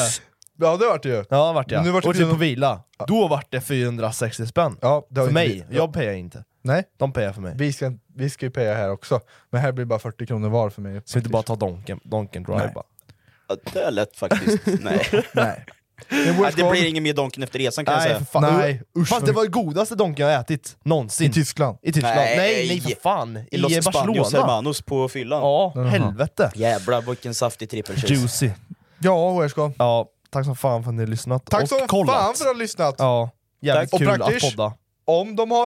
Ja det vart det ju.
Ja vart jag.
Nu vart det
och typ på
bjuden-
vila. Då vart det 460 spänn.
Ja, det har
för
inte
mig.
vi-
Jag pejar inte.
Nej.
De pejar för mig.
Vi ska, vi ska ju paya här också, men här blir det bara 40 kronor var för mig.
Så vi inte bara ta donken, donken drive
Nej.
bara.
Ja, Det är lätt faktiskt.
*laughs*
Nej.
Nej.
Nej, det blir ingen mer Donken efter resan kan
Nej,
jag
för
säga.
fan.
Nej, usch,
Fast
vad
det var det godaste donken jag ätit någonsin.
I Tyskland.
I Tyskland. Nej, nej, för fan. I,
I Los Spanios
Barcelona.
Hermanos på fyllan.
Ja, helvete.
Jävlar vilken saftig trippelcheese.
Juicy.
Ja, Oerskov.
Ja, tack som fan för att ni har lyssnat
Tack
och
så
kollat.
fan för att du har lyssnat!
Ja, jävligt
Tack. Och
kul
praktiskt.
att podda.
Om de har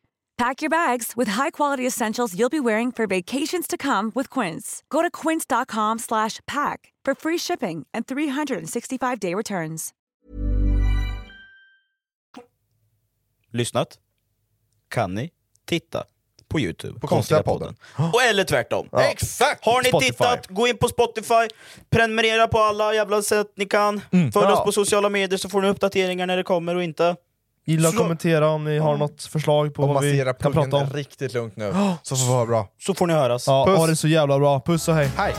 Pack your bags with high-quality essentials you'll be wearing for vacations to come with Quince. Go to quince.com slash pack for free shipping and 365-day returns.
Lyssnat? Kan ni titta på Youtube? På
Konstiga podden.
Och eller tvärtom.
Exakt!
Har ni
Spotify.
tittat, gå in på Spotify, prenumerera på alla jävla sätt ni kan,
Mm.
följ
Ja.
oss på sociala medier så får ni uppdateringar när det kommer och inte.
Gilla och
Slå-
kommentera om ni har något förslag på
Och
vad vi
massera
kan prata om.
pungen riktigt lugnt nu, så får vi vara bra.
*gasps* Så får ni höras.
Ja,
Puss.
ha det så jävla bra. Puss och hej.
Hej!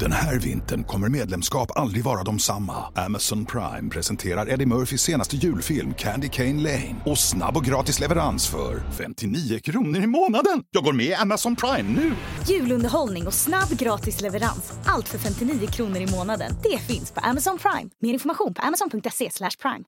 Den här vintern kommer medlemskap aldrig vara de samma. Amazon Prime presenterar Eddie Murphys senaste julfilm Candy Cane Lane. Och snabb och gratis leverans för 59 kronor i månaden. Jag går med i Amazon Prime nu!
Julunderhållning och snabb gratis leverans. Allt för 59 kronor i månaden. Det finns på Amazon Prime. Mer information på amazon.se slash prime.